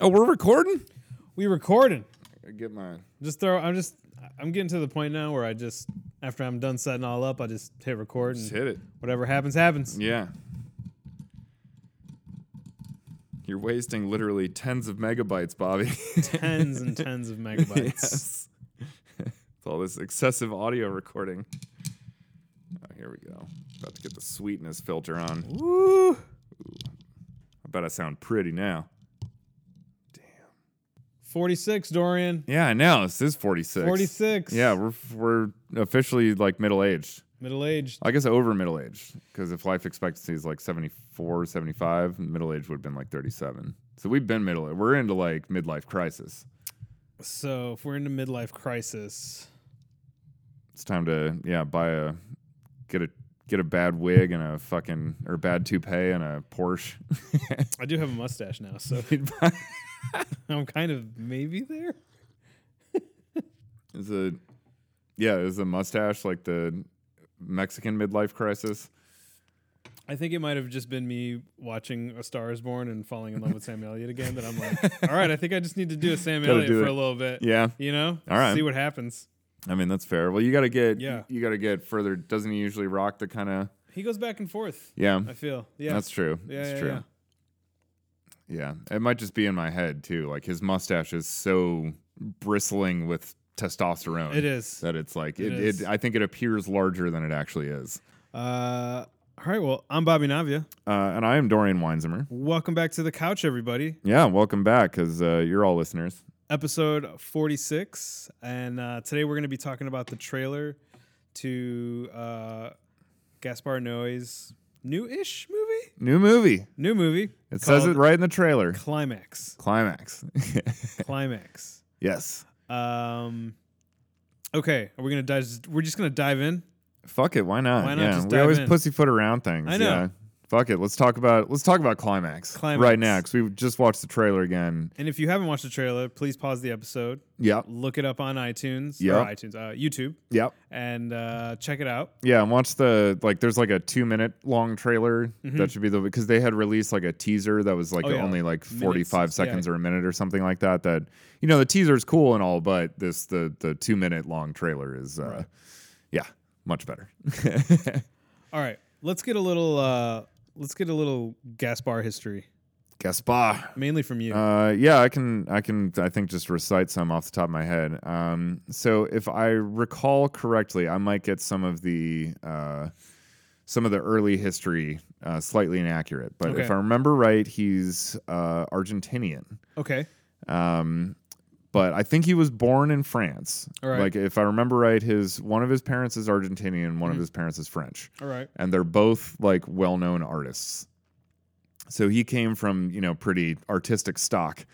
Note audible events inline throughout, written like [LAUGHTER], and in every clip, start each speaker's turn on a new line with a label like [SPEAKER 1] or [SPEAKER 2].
[SPEAKER 1] Oh, we're recording?
[SPEAKER 2] We recording.
[SPEAKER 3] I get mine.
[SPEAKER 2] Just throw. I'm just. I'm getting to the point now where I just, after I'm done setting all up, I just hit record
[SPEAKER 3] Just
[SPEAKER 2] and
[SPEAKER 3] hit it.
[SPEAKER 2] whatever
[SPEAKER 3] [LAUGHS]
[SPEAKER 2] happens, happens.
[SPEAKER 3] Yeah. You're wasting literally tens of megabytes, Bobby. [LAUGHS]
[SPEAKER 2] Tens and tens of megabytes.
[SPEAKER 3] yes. With all this excessive audio recording. Oh, here we go. About to get the sweetness filter on. Woo! I bet I sound pretty now.
[SPEAKER 2] 46, Dorian.
[SPEAKER 3] Yeah, I know. This is 46.
[SPEAKER 2] 46.
[SPEAKER 3] Yeah, we're, we're officially like middle aged.
[SPEAKER 2] Middle aged.
[SPEAKER 3] I guess over middle age, because if life expectancy is like 74, 75, middle age would have been like 37. So we've been middle. We're into like midlife crisis.
[SPEAKER 2] So if we're into midlife crisis,
[SPEAKER 3] It's time to yeah buy a get a get a bad wig and a fucking or bad toupee and a Porsche. [LAUGHS]
[SPEAKER 2] I do have a mustache now, so [LAUGHS] I'm kind of maybe there.
[SPEAKER 3] is a yeah is a mustache like the Mexican midlife crisis.
[SPEAKER 2] I think it might have just been me watching A Star Is Born and falling in love with Sam Elliott again. That
[SPEAKER 3] [LAUGHS]
[SPEAKER 2] I'm like, all right, I think I just need to do a Sam
[SPEAKER 3] Gotta
[SPEAKER 2] Elliott
[SPEAKER 3] do
[SPEAKER 2] for
[SPEAKER 3] it.
[SPEAKER 2] a little bit.
[SPEAKER 3] Yeah,
[SPEAKER 2] You know,
[SPEAKER 3] All right.
[SPEAKER 2] see what happens.
[SPEAKER 3] I mean that's fair. Well, you gotta get
[SPEAKER 2] Yeah.
[SPEAKER 3] you gotta get further. Doesn't he usually rock the kind of
[SPEAKER 2] He goes back and forth.
[SPEAKER 3] yeah?
[SPEAKER 2] I feel. Yeah.
[SPEAKER 3] That's true.
[SPEAKER 2] Yeah,
[SPEAKER 3] That's
[SPEAKER 2] yeah,
[SPEAKER 3] true. Yeah. It might just be in my head too. Like his mustache is so bristling with testosterone.
[SPEAKER 2] It is.
[SPEAKER 3] That it's like it,
[SPEAKER 2] It
[SPEAKER 3] it,
[SPEAKER 2] is.
[SPEAKER 3] I think it appears larger than it actually is.
[SPEAKER 2] Uh, all right. Well, I'm Bobby Navia.
[SPEAKER 3] Uh, and I am Dorian Weinzimmer.
[SPEAKER 2] Welcome back to the couch, everybody.
[SPEAKER 3] Yeah, welcome back because uh, you're all listeners.
[SPEAKER 2] Episode 46. And uh, today we're going to be talking about the trailer to uh, Gaspar Noé's new ish movie.
[SPEAKER 3] New movie.
[SPEAKER 2] New movie.
[SPEAKER 3] It says it
[SPEAKER 2] called
[SPEAKER 3] right in the trailer. [LAUGHS]
[SPEAKER 2] Climax.
[SPEAKER 3] Climax.
[SPEAKER 2] Climax.
[SPEAKER 3] yes.
[SPEAKER 2] Um, okay. Are we going to dive? We're just going to dive in.
[SPEAKER 3] Fuck it. Why not?
[SPEAKER 2] Why not
[SPEAKER 3] yeah.
[SPEAKER 2] just
[SPEAKER 3] we
[SPEAKER 2] dive
[SPEAKER 3] always
[SPEAKER 2] in?
[SPEAKER 3] pussyfoot around things.
[SPEAKER 2] I know.
[SPEAKER 3] Yeah. Fuck it. Let's talk about let's talk about climax,
[SPEAKER 2] Climax.
[SPEAKER 3] right now because we just watched the trailer again.
[SPEAKER 2] And if you haven't watched the trailer, please pause the episode.
[SPEAKER 3] Yep.
[SPEAKER 2] Look it up on iTunes. or
[SPEAKER 3] Yeah.
[SPEAKER 2] iTunes. Uh, YouTube.
[SPEAKER 3] Yep.
[SPEAKER 2] and uh, check it out.
[SPEAKER 3] Yeah, and watch the like. There's like a two minute long trailer that should be the because they had released like a teaser that was like
[SPEAKER 2] Mm-hmm. Oh, yeah.
[SPEAKER 3] only like 45
[SPEAKER 2] Minutes, yeah.
[SPEAKER 3] seconds or a minute or something like that. That you know the teaser's cool and all, but this the the two minute long trailer is uh, yeah much better. [LAUGHS]
[SPEAKER 2] All right, let's get a little uh, let's get a little Gaspar history,
[SPEAKER 3] Gaspar.
[SPEAKER 2] mainly from you.
[SPEAKER 3] Uh, yeah, I can. I can. I think just recite some off the top of my head. Um, so if I recall correctly, I might get some of the uh, some of the early history uh, slightly inaccurate, but
[SPEAKER 2] Okay.
[SPEAKER 3] if I remember right, he's uh, Argentinian.
[SPEAKER 2] okay,
[SPEAKER 3] Um, but I think he was born in France.
[SPEAKER 2] All right.
[SPEAKER 3] Like if I remember right, his one of his parents is Argentinian, one
[SPEAKER 2] Mm-hmm.
[SPEAKER 3] of his parents is French
[SPEAKER 2] all right,
[SPEAKER 3] and they're both like well-known artists. So he came from you know pretty artistic stock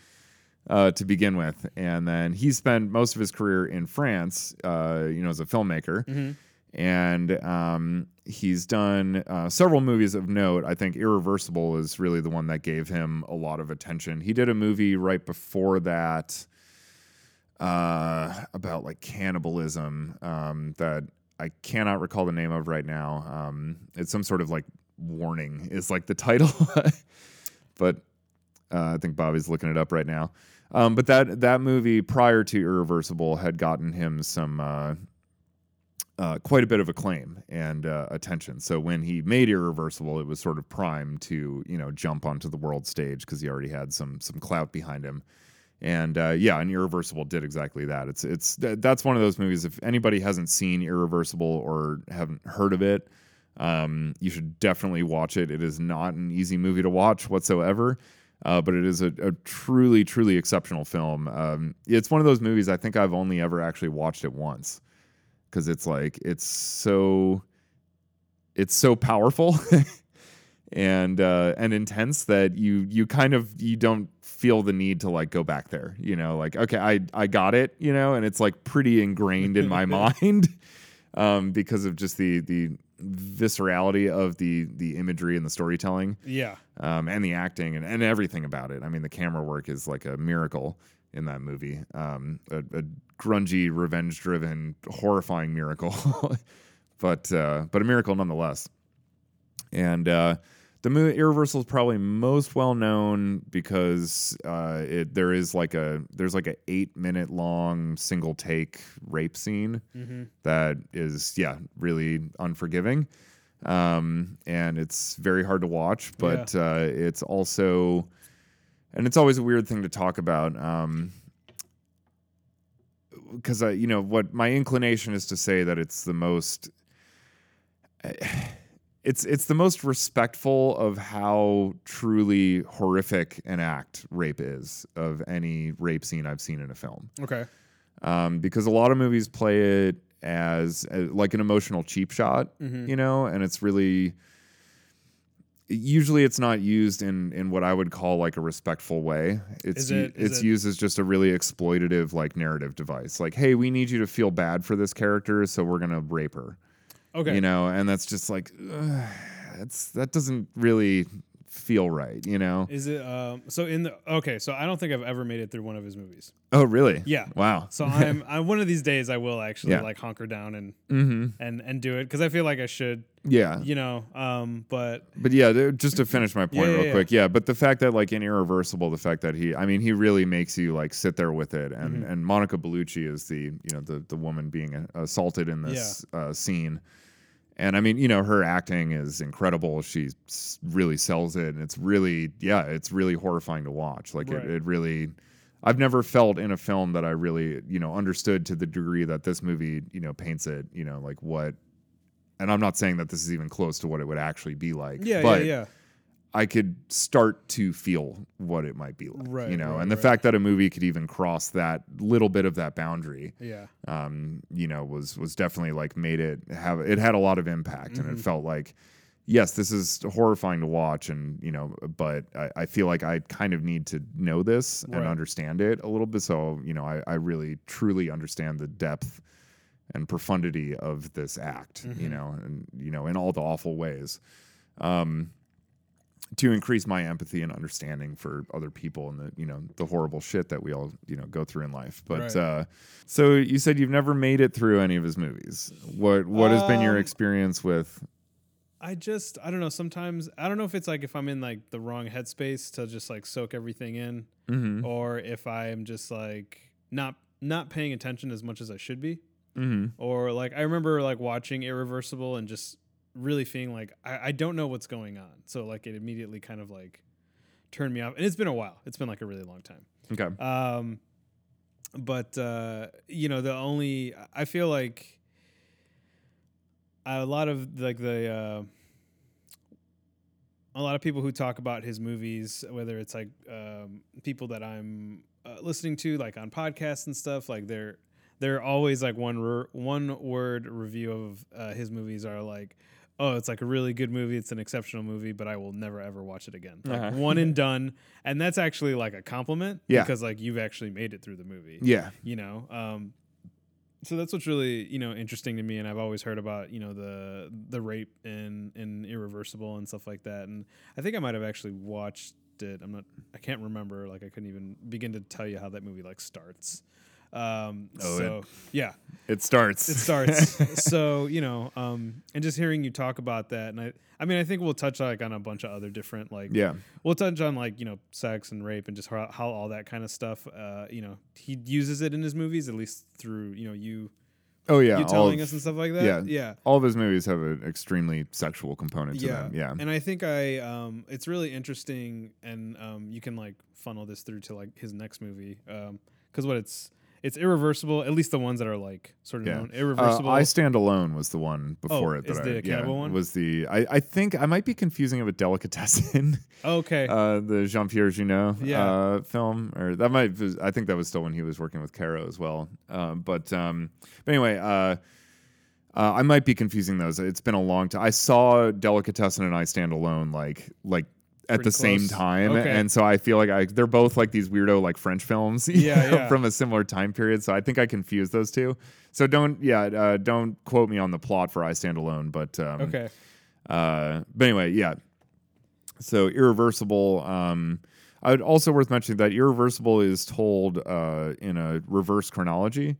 [SPEAKER 3] uh, to begin with, and then he spent most of his career in France, uh, you know, as a filmmaker.
[SPEAKER 2] Mm-hmm.
[SPEAKER 3] And um, he's done uh, several movies of note. I think Irreversible is really the one that gave him a lot of attention. He did a movie right before that uh, about like cannibalism um, that I cannot recall the name of right now. Um, it's some sort of like warning is like the title, [LAUGHS] but uh, I think Bobby's looking it up right now. Um, but that that movie prior to Irreversible had gotten him some uh, uh, quite a bit of acclaim and uh, attention. So when he made Irreversible, it was sort of primed to you know jump onto the world stage because he already had some some clout behind him. And uh, yeah, and Irreversible did exactly that. It's it's th- that's one of those movies. If anybody hasn't seen Irreversible or haven't heard of it, um, you should definitely watch it. It is not an easy movie to watch whatsoever, uh, but it is a, a truly truly exceptional film. Um, it's one of those movies I think I've only ever actually watched it once because it's like it's so it's so powerful [LAUGHS] and uh and intense that you you kind of you don't feel the need to like go back there you know like okay i i got it you know and it's like pretty ingrained in my mind um because of just the the viscerality of the the imagery and the storytelling
[SPEAKER 2] yeah,
[SPEAKER 3] um, and the acting and, and everything about it. I mean, the camera work is like a miracle in that movie. Um, a, a grungy, revenge driven, horrifying [LAUGHS] miracle, but uh, but a miracle nonetheless. And uh, The movie Irreversible is probably most well known because uh, it there is like a there's like a eight minute long single take rape scene
[SPEAKER 2] Mm-hmm.
[SPEAKER 3] that is yeah really unforgiving, um, and it's very hard to watch. But uh, it's also and it's always a weird thing to talk about um because i you know what my inclination is to say that it's the most [SIGHS] it's it's the most respectful of how truly horrific an act rape is of any rape scene i've seen in a film
[SPEAKER 2] Okay.
[SPEAKER 3] um, because a lot of movies play it as, uh like an emotional cheap shot,
[SPEAKER 2] Mm-hmm. Mm.
[SPEAKER 3] you know, and it's really usually it's not used in in what I would call like a respectful way. It's
[SPEAKER 2] Is it-
[SPEAKER 3] u-
[SPEAKER 2] is
[SPEAKER 3] it's
[SPEAKER 2] it-
[SPEAKER 3] used as just a really exploitative like narrative device. Like, hey, we need you to feel bad for this character, so we're gonna rape her,
[SPEAKER 2] Okay.
[SPEAKER 3] you know, and that's just like ugh, that's that doesn't really feel right, you know.
[SPEAKER 2] Is it um so in the okay, so I don't think I've ever made it through one of his movies.
[SPEAKER 3] oh, really?
[SPEAKER 2] Yeah.
[SPEAKER 3] Wow. [LAUGHS]
[SPEAKER 2] So I'm I one of these days I will actually
[SPEAKER 3] Yeah.
[SPEAKER 2] like hunker down and
[SPEAKER 3] mm-hmm.
[SPEAKER 2] and and do it cuz I feel like I should,
[SPEAKER 3] Yeah.
[SPEAKER 2] you know, um but
[SPEAKER 3] But yeah, th- just to finish my point
[SPEAKER 2] Yeah,
[SPEAKER 3] real
[SPEAKER 2] yeah,
[SPEAKER 3] quick, yeah. But the fact that like in Irreversible, the fact that he, I mean, he really makes you like sit there with it, and
[SPEAKER 2] Mm-hmm.
[SPEAKER 3] and Monica Bellucci is the you know the the woman being a- assaulted in this uh, scene, and I mean you know her acting is incredible. She s- really sells it, and it's really yeah, it's really horrifying to watch. Like
[SPEAKER 2] Right.
[SPEAKER 3] it, it really. I've never felt in a film that I really, you know, understood to the degree that this movie, you know, paints it, you know, like what and I'm not saying that this is even close to what it would actually be like.
[SPEAKER 2] yeah,
[SPEAKER 3] but
[SPEAKER 2] yeah, yeah.
[SPEAKER 3] I could start to feel what it might be like,
[SPEAKER 2] Right,
[SPEAKER 3] you know.
[SPEAKER 2] right,
[SPEAKER 3] and the
[SPEAKER 2] right.
[SPEAKER 3] fact that a movie could even cross that little bit of that boundary,
[SPEAKER 2] Yeah.
[SPEAKER 3] um, you know, was was definitely like made it have it had a lot of impact, and
[SPEAKER 2] Mm-hmm.
[SPEAKER 3] it felt like, yes, this is horrifying to watch, and you know, but I, I feel like I kind of need to know this
[SPEAKER 2] Right.
[SPEAKER 3] and understand it a little bit, so you know, I, I really truly understand the depth and profundity of this act, you
[SPEAKER 2] Mm-hmm.
[SPEAKER 3] know, and you know, in all the awful ways. Um, to increase my empathy and understanding for other people and the you know the horrible shit that we all you know go through in life. But
[SPEAKER 2] Right.
[SPEAKER 3] uh, so you said you've never made it through any of his movies. What what has been your
[SPEAKER 2] Um,
[SPEAKER 3] experience with?
[SPEAKER 2] I just I don't know, sometimes I don't know if it's like if I'm in like the wrong headspace to just like soak everything in
[SPEAKER 3] Mm-hmm,
[SPEAKER 2] or if I'm just like not not paying attention as much as I should be.
[SPEAKER 3] mm-hmm.
[SPEAKER 2] or like I remember like watching Irreversible and just really feeling like I, I don't know what's going on. So like it immediately kind of like turned me off. And it's been a while. It's been like a really long time.
[SPEAKER 3] Okay.
[SPEAKER 2] Um, but uh, you know, the only I feel like a lot of like the uh, a lot of people who talk about his movies, whether it's like um, people that I'm uh, listening to, like on podcasts and stuff, like they're they're always like one r one word review of uh, his movies are like. Oh, it's like a really good movie. It's an exceptional movie, but I will never ever watch it again. Like
[SPEAKER 3] Uh-huh.
[SPEAKER 2] one and done, and that's actually like a compliment
[SPEAKER 3] Yeah.
[SPEAKER 2] because like you've actually made it through the movie
[SPEAKER 3] Yeah.
[SPEAKER 2] you know um so that's what's really you know interesting to me and i've always heard about you know the the rape and and irreversible and stuff like that and i think i might have actually watched it i'm not i can't remember like i couldn't even begin to tell you how that movie like starts um
[SPEAKER 3] Oh,
[SPEAKER 2] so yeah
[SPEAKER 3] It starts. [LAUGHS]
[SPEAKER 2] it starts so you know um and just hearing you talk about that and i i mean i think we'll touch like on a bunch of other different like
[SPEAKER 3] yeah.
[SPEAKER 2] we'll touch on like you know sex and rape and just how, how all that kind of stuff uh you know he uses it in his movies at least through you know you
[SPEAKER 3] Oh yeah.
[SPEAKER 2] you
[SPEAKER 3] all
[SPEAKER 2] telling
[SPEAKER 3] of-
[SPEAKER 2] us and stuff like that
[SPEAKER 3] yeah.
[SPEAKER 2] yeah
[SPEAKER 3] all of his movies have an extremely sexual component to them. Yeah.
[SPEAKER 2] and i think i um it's really interesting and um you can like funnel this through to like his next movie um because what it's it's irreversible at least the ones that are like sort of
[SPEAKER 3] Yeah.
[SPEAKER 2] known
[SPEAKER 3] Uh,
[SPEAKER 2] irreversible
[SPEAKER 3] I Stand Alone was the one before
[SPEAKER 2] Oh,
[SPEAKER 3] it. That
[SPEAKER 2] is
[SPEAKER 3] I,
[SPEAKER 2] the
[SPEAKER 3] yeah,
[SPEAKER 2] cannibal one?
[SPEAKER 3] Was the I, I think I might be confusing it with Delicatessen, [LAUGHS]
[SPEAKER 2] okay
[SPEAKER 3] uh, the Jean Pierre Junot
[SPEAKER 2] Yeah.
[SPEAKER 3] uh, film, or that might was, I think that was still when he was working with Caro as well. Um, but um, but anyway. Uh, uh, I might be confusing those. It's been a long time. I saw Delicatessen and I Stand Alone like like at
[SPEAKER 2] Pretty
[SPEAKER 3] the same
[SPEAKER 2] close.
[SPEAKER 3] time,
[SPEAKER 2] Okay.
[SPEAKER 3] and so I feel like I, they're both like these weirdo like French films [LAUGHS] you
[SPEAKER 2] Yeah,
[SPEAKER 3] know,
[SPEAKER 2] yeah.
[SPEAKER 3] from a similar time period. So I think I confused those two. So don't yeah uh, don't quote me on the plot for I Stand Alone, but um,
[SPEAKER 2] okay
[SPEAKER 3] uh, but anyway, yeah. So irreversible. Um, I would also worth mentioning that irreversible is told uh, in a reverse chronology.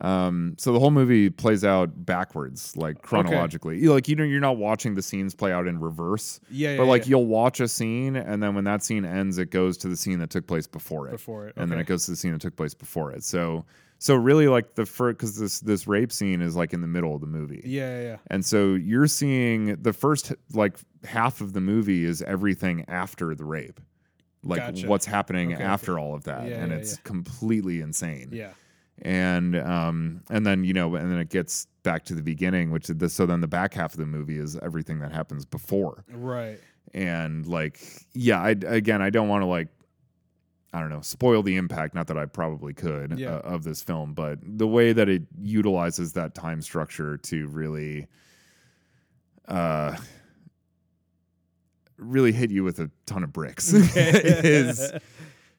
[SPEAKER 3] Um, so the whole movie plays out backwards, like chronologically. You- Like you know, you're not watching the scenes play out in reverse,
[SPEAKER 2] Yeah, yeah.
[SPEAKER 3] but like
[SPEAKER 2] yeah.
[SPEAKER 3] you'll watch a scene, and then when that scene ends, it goes to the scene that took place before it,
[SPEAKER 2] before it,
[SPEAKER 3] and then
[SPEAKER 2] okay.
[SPEAKER 3] it goes to the scene that took place before it. So, so really, like the first, because this this rape scene is like in the middle of the movie,
[SPEAKER 2] yeah, yeah, yeah.
[SPEAKER 3] and so you're seeing the first like half of the movie is everything after the rape, like
[SPEAKER 2] Gotcha.
[SPEAKER 3] what's happening
[SPEAKER 2] Okay,
[SPEAKER 3] after all of that,
[SPEAKER 2] Yeah,
[SPEAKER 3] and
[SPEAKER 2] yeah,
[SPEAKER 3] it's
[SPEAKER 2] yeah.
[SPEAKER 3] completely insane
[SPEAKER 2] yeah.
[SPEAKER 3] [LAUGHS] and um and then you know and then it gets back to the beginning which is the, so then the back half of the movie is everything that happens before
[SPEAKER 2] Right.
[SPEAKER 3] and like yeah I again I don't want to like I don't know spoil the impact not that I probably could
[SPEAKER 2] Yeah.
[SPEAKER 3] uh, of this film but the way that it utilizes that time structure to really uh really hit you with a ton of
[SPEAKER 2] [LAUGHS]
[SPEAKER 3] bricks is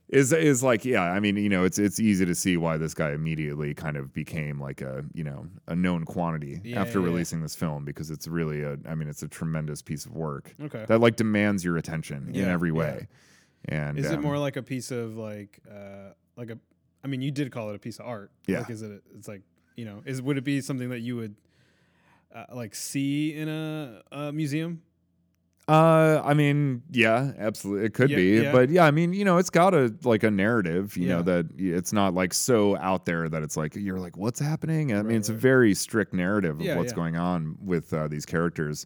[SPEAKER 3] is is like yeah i mean you know it's it's easy to see why this guy immediately kind of became like a you know a known quantity
[SPEAKER 2] Yeah,
[SPEAKER 3] after
[SPEAKER 2] yeah, yeah.
[SPEAKER 3] releasing this film because it's really a i mean it's a tremendous piece of work
[SPEAKER 2] [LAUGHS] okay.
[SPEAKER 3] that like demands your attention in
[SPEAKER 2] Yeah,
[SPEAKER 3] every
[SPEAKER 2] yeah.
[SPEAKER 3] way and
[SPEAKER 2] Is it
[SPEAKER 3] um,
[SPEAKER 2] more like a piece of like uh like a I mean you did call it a piece of art.
[SPEAKER 3] Yeah.
[SPEAKER 2] Like is it it's like, you know, is would it be something that you would uh, like see in a, a museum?
[SPEAKER 3] uh i mean yeah absolutely it could
[SPEAKER 2] Yeah,
[SPEAKER 3] be
[SPEAKER 2] yeah.
[SPEAKER 3] but yeah i mean you know it's got a like a narrative you know
[SPEAKER 2] Yeah.
[SPEAKER 3] that it's not like so out there that it's like you're like what's happening i mean
[SPEAKER 2] Right,
[SPEAKER 3] it's a
[SPEAKER 2] right.
[SPEAKER 3] very strict narrative of
[SPEAKER 2] Yeah,
[SPEAKER 3] what's
[SPEAKER 2] yeah.
[SPEAKER 3] going on with uh, these characters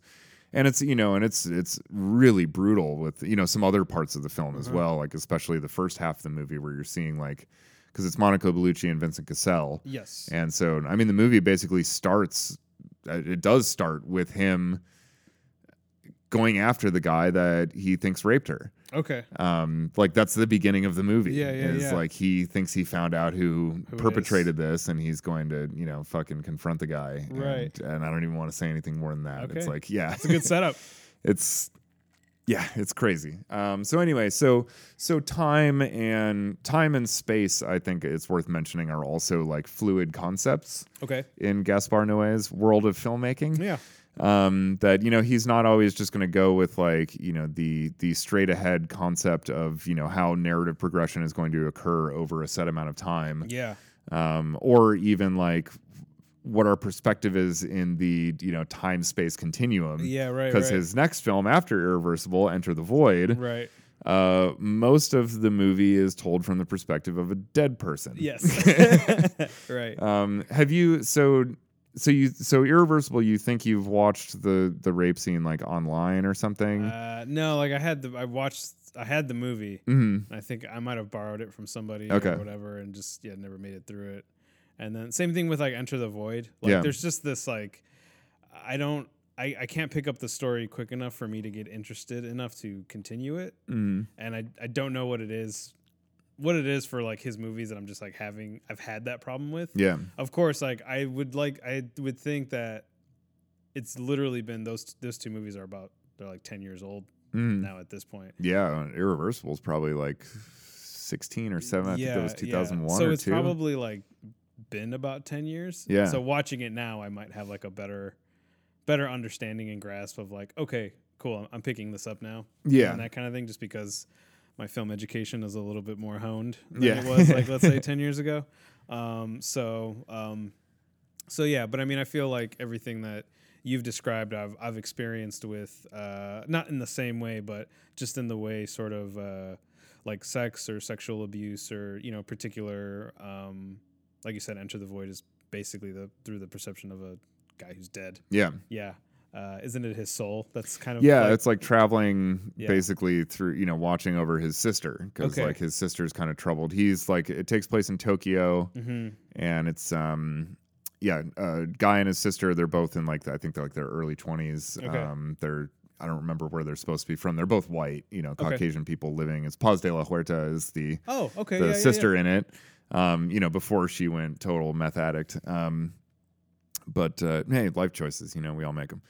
[SPEAKER 3] and it's you know and it's it's really brutal with you know some other parts of the film as
[SPEAKER 2] Uh-huh.
[SPEAKER 3] well like especially the first half of the movie where you're seeing like because it's monica bellucci and vincent cassell
[SPEAKER 2] Yes.
[SPEAKER 3] and so i mean the movie basically starts uh, it does start with him going after the guy that he thinks raped her
[SPEAKER 2] okay.
[SPEAKER 3] um like that's the beginning of the movie
[SPEAKER 2] Yeah, yeah,
[SPEAKER 3] is
[SPEAKER 2] yeah.
[SPEAKER 3] like he thinks he found out who,
[SPEAKER 2] Who it
[SPEAKER 3] perpetrated this and he's going to you know fucking confront the guy
[SPEAKER 2] Right.
[SPEAKER 3] and, and i don't even want to say anything more than that it's
[SPEAKER 2] Okay.
[SPEAKER 3] like yeah
[SPEAKER 2] It's a good setup.
[SPEAKER 3] [LAUGHS] it's yeah it's crazy um so anyway so so time and time and space i think it's worth mentioning are also like fluid concepts
[SPEAKER 2] Okay.
[SPEAKER 3] in gaspar noé's world of filmmaking
[SPEAKER 2] Yeah.
[SPEAKER 3] um, that you know he's not always just going to go with like you know the the straight ahead concept of you know how narrative progression is going to occur over a set amount of time
[SPEAKER 2] Yeah.
[SPEAKER 3] um, or even like what our perspective is in the you know time space continuum
[SPEAKER 2] Yeah, right.
[SPEAKER 3] because
[SPEAKER 2] Right.
[SPEAKER 3] his next film after irreversible enter the void [LAUGHS]
[SPEAKER 2] right.
[SPEAKER 3] uh, most of the movie is told from the perspective of a dead person [LAUGHS]
[SPEAKER 2] Yes. [LAUGHS] right.
[SPEAKER 3] um, have you so so you so irreversible? You think you've watched the the rape scene like online or something?
[SPEAKER 2] Uh, no, like I had the I watched I had the movie.
[SPEAKER 3] Mhm.
[SPEAKER 2] I think I might have borrowed it from somebody
[SPEAKER 3] Okay.
[SPEAKER 2] or whatever, and just yeah, never made it through it. And then same thing with like Enter the Void. Like
[SPEAKER 3] Yeah.
[SPEAKER 2] there's just this like I don't I, I can't pick up the story quick enough for me to get interested enough to continue it.
[SPEAKER 3] Mhm.
[SPEAKER 2] And I I don't know what it is what it is for like his movies that I'm just like having I've had that problem with
[SPEAKER 3] Yeah,
[SPEAKER 2] of course like i would like i would think that it's literally been those those two movies are about they're like 10 years old
[SPEAKER 3] Mhm.
[SPEAKER 2] now at this point
[SPEAKER 3] yeah. Irreversible is probably like sixteen or seven. I think that was two thousand one
[SPEAKER 2] so
[SPEAKER 3] or
[SPEAKER 2] it's
[SPEAKER 3] two.
[SPEAKER 2] probably like been about 10 years
[SPEAKER 3] Yeah.
[SPEAKER 2] so watching it now i might have like a better better understanding and grasp of like okay cool i'm, I'm picking this up now
[SPEAKER 3] yeah,
[SPEAKER 2] and that kind of thing just because my film education is a little bit more honed than
[SPEAKER 3] Yeah.
[SPEAKER 2] it was like
[SPEAKER 3] [LAUGHS]
[SPEAKER 2] let's say 10 years ago um, so um, so yeah but i mean i feel like everything that you've described i've, I've experienced with uh, not in the same way but just in the way sort of uh, like sex or sexual abuse or you know particular um, like you said enter the void is basically the through the perception of a guy who's dead
[SPEAKER 3] yeah,
[SPEAKER 2] yeah uh, isn't it his soul that's kind of
[SPEAKER 3] yeah.
[SPEAKER 2] like-
[SPEAKER 3] it's like traveling
[SPEAKER 2] Yeah.
[SPEAKER 3] basically through you know watching over his sister because
[SPEAKER 2] Okay.
[SPEAKER 3] like his sister's kind of troubled. He's like it takes place in Tokyo.
[SPEAKER 2] Mhm.
[SPEAKER 3] and it's um yeah a guy and his sister they're both in like i think they're like their early 20s
[SPEAKER 2] Okay.
[SPEAKER 3] um they're i don't remember where they're supposed to be from they're both white you know
[SPEAKER 2] Okay.
[SPEAKER 3] caucasian people living it's paz de la huerta is the
[SPEAKER 2] oh okay
[SPEAKER 3] the
[SPEAKER 2] yeah, yeah, yeah.
[SPEAKER 3] sister in it um you know before she went total meth addict um but uh, hey, life choices, you know, we all make
[SPEAKER 2] [LAUGHS]
[SPEAKER 3] them.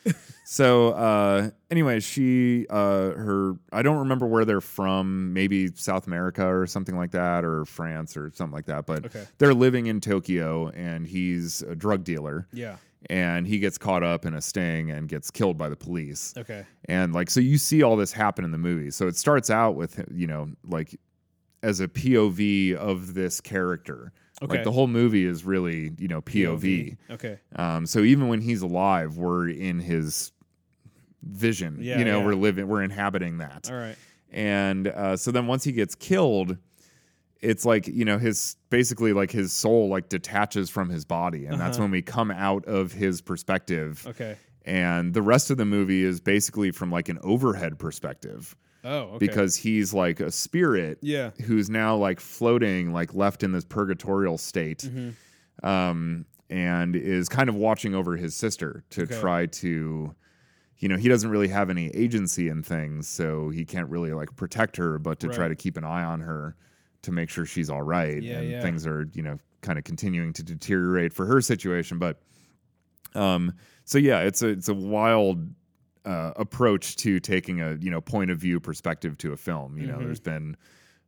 [SPEAKER 3] so, uh, anyway, she, uh, her, I don't remember where they're from, maybe South America or something like that, or France or something like that. But
[SPEAKER 2] Okay.
[SPEAKER 3] they're living in Tokyo and he's a drug dealer
[SPEAKER 2] Yeah.
[SPEAKER 3] and he gets caught up in a sting and gets killed by the police.
[SPEAKER 2] Okay.
[SPEAKER 3] And like, so you see all this happen in the movie. So it starts out with, you know, like as a POV of this character.
[SPEAKER 2] Okay.
[SPEAKER 3] Like the whole movie is really, you know, POV.
[SPEAKER 2] Okay.
[SPEAKER 3] Um, so even when he's alive, we're in his vision.
[SPEAKER 2] Yeah,
[SPEAKER 3] you know,
[SPEAKER 2] yeah.
[SPEAKER 3] we're living, we're inhabiting that.
[SPEAKER 2] All right.
[SPEAKER 3] And uh, so then once he gets killed, it's like you know his basically like his soul like detaches from his body, and that's
[SPEAKER 2] Uh-huh.
[SPEAKER 3] when we come out of his perspective.
[SPEAKER 2] Okay.
[SPEAKER 3] And the rest of the movie is basically from like an overhead perspective
[SPEAKER 2] Oh, okay.
[SPEAKER 3] because he's like a spirit
[SPEAKER 2] yeah.
[SPEAKER 3] who's now like floating, like left in this purgatorial state,
[SPEAKER 2] Mhm.
[SPEAKER 3] um, and is kind of watching over his sister to
[SPEAKER 2] Okay.
[SPEAKER 3] try to, you know, he doesn't really have any agency in things, so he can't really like protect her, but to try
[SPEAKER 2] Right.
[SPEAKER 3] to keep an eye on her to make sure she's all right,
[SPEAKER 2] Yeah,
[SPEAKER 3] and
[SPEAKER 2] yeah.
[SPEAKER 3] things are you know kind of continuing to deteriorate for her situation, but, um, so yeah, it's a it's a wild uh, approach to taking a you know point of view perspective to a film. You know,
[SPEAKER 2] Mhm.
[SPEAKER 3] there's been,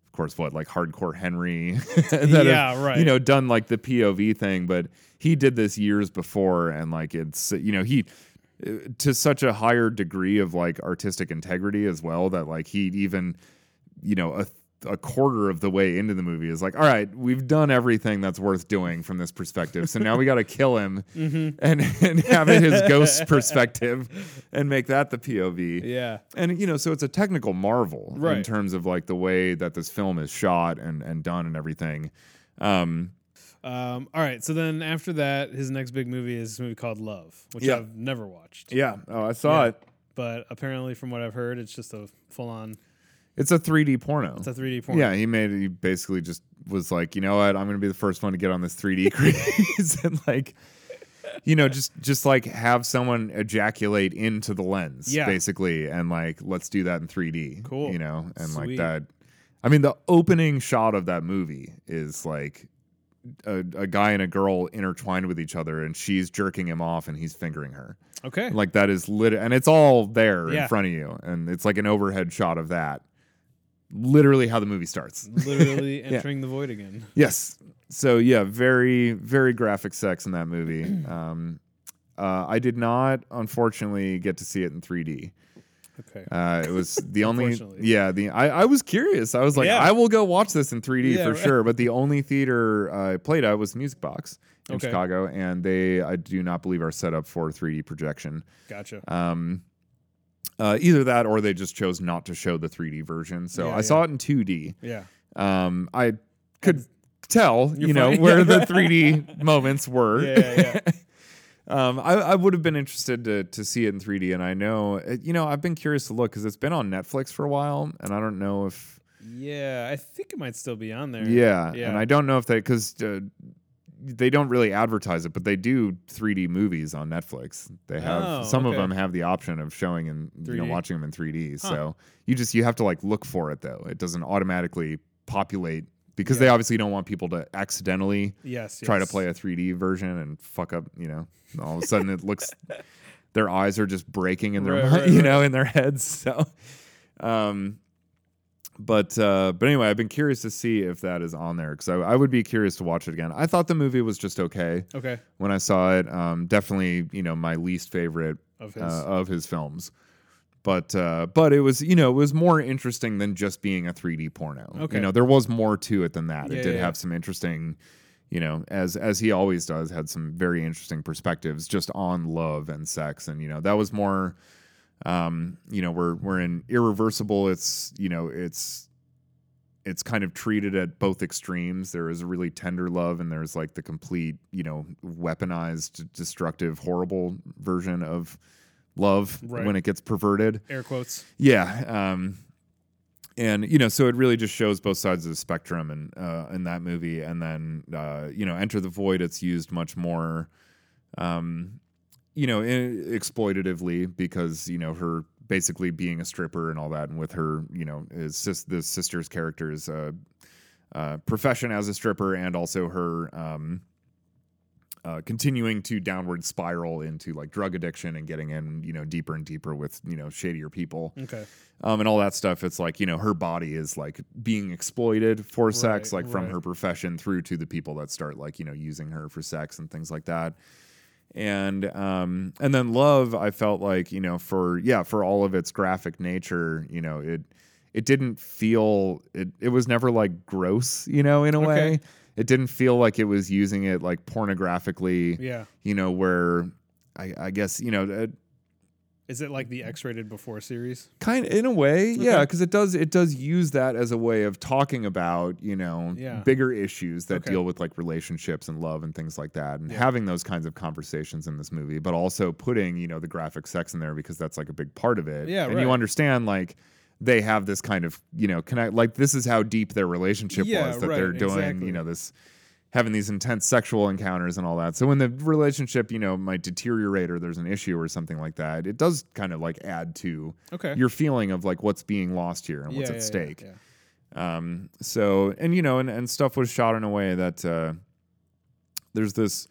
[SPEAKER 3] of course, what like hardcore Henry [LAUGHS] that have,
[SPEAKER 2] yeah. right.
[SPEAKER 3] you know done like the POV thing, but he did this years before, and like it's you know he uh, to such a higher degree of like artistic integrity as well that like he even you know a a quarter of the way into the movie is like, all right, we've done everything that's worth doing from this perspective. So now we got to kill [LAUGHS] him and, and have it his ghost perspective and make that the POV.
[SPEAKER 2] yeah.
[SPEAKER 3] And you know, so it's a technical marvel in
[SPEAKER 2] Right.
[SPEAKER 3] terms of like the way that this film is shot and and done and everything. Um,
[SPEAKER 2] Um, all right. So then after that, his next big movie is this movie called Love, which
[SPEAKER 3] Yeah.
[SPEAKER 2] I've never watched.
[SPEAKER 3] yeah, oh, I saw
[SPEAKER 2] Yeah.
[SPEAKER 3] it.
[SPEAKER 2] But apparently, from what I've heard, it's just a full on,
[SPEAKER 3] It's a 3D porno.
[SPEAKER 2] it's a 3D porn.
[SPEAKER 3] Yeah, he made he basically just was like, you know what, I'm gonna be the first one to get on this 3D [LAUGHS] craze and like you know, just just like have someone ejaculate into the lens,
[SPEAKER 2] Yeah.
[SPEAKER 3] basically, and like let's do that in 3D.
[SPEAKER 2] Cool.
[SPEAKER 3] You know, and like
[SPEAKER 2] Sweet.
[SPEAKER 3] that I mean the opening shot of that movie is like a, a guy and a girl intertwined with each other and she's jerking him off and he's fingering her.
[SPEAKER 2] Okay.
[SPEAKER 3] Like that is lit, and it's all there
[SPEAKER 2] Yeah.
[SPEAKER 3] in front of you, and it's like an overhead shot of that. Literally, how the movie starts. [LAUGHS]
[SPEAKER 2] Literally entering the void again.
[SPEAKER 3] Yes. So yeah, very very graphic sex in that movie. [CLEARS THROAT] um, uh, I did not, unfortunately, get to see it in 3D.
[SPEAKER 2] Okay.
[SPEAKER 3] Uh, it was
[SPEAKER 2] [LAUGHS]
[SPEAKER 3] the only,
[SPEAKER 2] Unfortunately.
[SPEAKER 3] yeah. The I, I was curious. I was like,
[SPEAKER 2] Yeah.
[SPEAKER 3] I will go watch this in 3D
[SPEAKER 2] Yeah,
[SPEAKER 3] for
[SPEAKER 2] right.
[SPEAKER 3] sure. But the only theater I played at was Music Box in
[SPEAKER 2] Okay.
[SPEAKER 3] Chicago, and they, I do not believe, are set up for 3D projection.
[SPEAKER 2] Gotcha.
[SPEAKER 3] Um, uh, either that or they just chose not to show the 3D version. So
[SPEAKER 2] Yeah,
[SPEAKER 3] I saw it in 2D.
[SPEAKER 2] Yeah.
[SPEAKER 3] Um, I could tell,
[SPEAKER 2] You're
[SPEAKER 3] you know,
[SPEAKER 2] fine.
[SPEAKER 3] where
[SPEAKER 2] [LAUGHS]
[SPEAKER 3] the 3D moments were.
[SPEAKER 2] Yeah, yeah,
[SPEAKER 3] [LAUGHS] um, I, I would have been interested to, to see it in 3D. And I know, uh, you know, I've been curious to look because it's been on Netflix for a while. And I don't know if,
[SPEAKER 2] Yeah. I think it might still be on there.
[SPEAKER 3] yeah.
[SPEAKER 2] Yeah.
[SPEAKER 3] And I don't know if they, because uh, they don't really advertise it, but they do 3D movies on Netflix. They have,
[SPEAKER 2] Oh,
[SPEAKER 3] some of
[SPEAKER 2] okay.
[SPEAKER 3] them have the option of showing and, you know,
[SPEAKER 2] 3D.
[SPEAKER 3] watching them in 3D.
[SPEAKER 2] Huh.
[SPEAKER 3] So you just, you have to like look for it though. It doesn't automatically populate because
[SPEAKER 2] Yeah.
[SPEAKER 3] they obviously don't want people to accidentally
[SPEAKER 2] Yes.
[SPEAKER 3] try to
[SPEAKER 2] yes.
[SPEAKER 3] play a 3D version and fuck up, you know, all of a sudden it
[SPEAKER 2] [LAUGHS]
[SPEAKER 3] looks their eyes are just breaking in their
[SPEAKER 2] Right,
[SPEAKER 3] mi-
[SPEAKER 2] right,
[SPEAKER 3] you know in their heads. So um but uh but anyway, I've been curious to see if that is on there cuz I, I would be curious to watch it again. I thought the movie was just okay
[SPEAKER 2] Okay.
[SPEAKER 3] when I saw it. Um definitely, you know, my least favorite
[SPEAKER 2] Of his.
[SPEAKER 3] uh, of his films. But uh, but it was you know it was more interesting than just being a 3D porno.
[SPEAKER 2] Okay.
[SPEAKER 3] You know there was more to it than that.
[SPEAKER 2] Yeah,
[SPEAKER 3] it did
[SPEAKER 2] yeah, yeah.
[SPEAKER 3] have some interesting, you know, as as he always does, had some very interesting perspectives just on love and sex, and you know that was more, um, you know we're we're in irreversible. It's you know it's it's kind of treated at both extremes. There is a really tender love, and there's like the complete, you know, weaponized, destructive, horrible version of love
[SPEAKER 2] Right.
[SPEAKER 3] when it gets perverted.
[SPEAKER 2] Air quotes.
[SPEAKER 3] Yeah. Um, and you know, so it really just shows both sides of the spectrum, and uh, in that movie, and then uh, you know, Enter the Void, it's used much more, um, you know, in, exploitatively because you know her basically being a stripper and all that, and with her, you know, his sis- the sister's character's uh, uh, profession as a stripper, and also her. Um, uh, continuing to downward spiral into like drug addiction and getting in, you know, deeper and deeper with, you know, shadier people
[SPEAKER 2] Okay.
[SPEAKER 3] um, and all that stuff. It's like you know her body is like being exploited for sex,
[SPEAKER 2] Right,
[SPEAKER 3] like from
[SPEAKER 2] right.
[SPEAKER 3] her profession through to the people that start like you know using her for sex and things like that. And um, and then love, I felt like you know for yeah for all of its graphic nature, you know it it didn't feel it it was never like gross, you know, in a
[SPEAKER 2] Okay.
[SPEAKER 3] way. it didn't feel like it was using it like pornographically.
[SPEAKER 2] Yeah.
[SPEAKER 3] You know where I, I guess you know uh,
[SPEAKER 2] Is it like the X-rated before series?
[SPEAKER 3] kind of in a way yeah
[SPEAKER 2] Okay.
[SPEAKER 3] because it does it does use that as a way of talking about you know
[SPEAKER 2] Yeah.
[SPEAKER 3] bigger issues that
[SPEAKER 2] Okay.
[SPEAKER 3] deal with like relationships and love and things like that and
[SPEAKER 2] Yeah.
[SPEAKER 3] having those kinds of conversations in this movie but also putting you know the graphic sex in there because that's like a big part of it
[SPEAKER 2] Yeah,
[SPEAKER 3] and
[SPEAKER 2] right.
[SPEAKER 3] you understand like they have this kind of you know connect like this is how deep their relationship
[SPEAKER 2] Yeah,
[SPEAKER 3] was that
[SPEAKER 2] right,
[SPEAKER 3] they're doing
[SPEAKER 2] exactly.
[SPEAKER 3] you know this having these intense sexual encounters and all that so when the relationship you know might deteriorate or there's an issue or something like that it does kind of like add to
[SPEAKER 2] Okay.
[SPEAKER 3] your feeling of like what's being lost here and what's
[SPEAKER 2] Yeah,
[SPEAKER 3] at
[SPEAKER 2] yeah, yeah,
[SPEAKER 3] stake.
[SPEAKER 2] yeah.
[SPEAKER 3] Um, so and you know and, and stuff was shot in a way that uh, there's this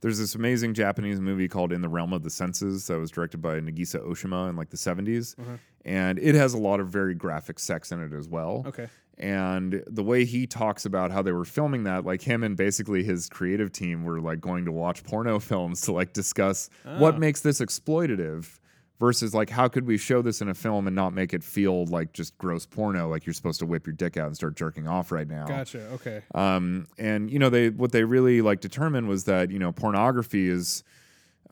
[SPEAKER 3] there's this amazing Japanese movie called In the Realm of the Senses that was directed by Nagisa Oshima in like the 70s
[SPEAKER 2] Uh-huh.
[SPEAKER 3] and it has a lot of very graphic sex in it as well.
[SPEAKER 2] Okay.
[SPEAKER 3] And the way he talks about how they were filming that, like him and basically his creative team were like going to watch porno [LAUGHS] films to like discuss
[SPEAKER 2] Ah.
[SPEAKER 3] what makes this exploitative versus like how could we show this in a film and not make it feel like just gross porno, like you're supposed to whip your dick out and start jerking off right now.
[SPEAKER 2] Gotcha. Okay.
[SPEAKER 3] Um, and you know they what they really like determined was that you know pornography is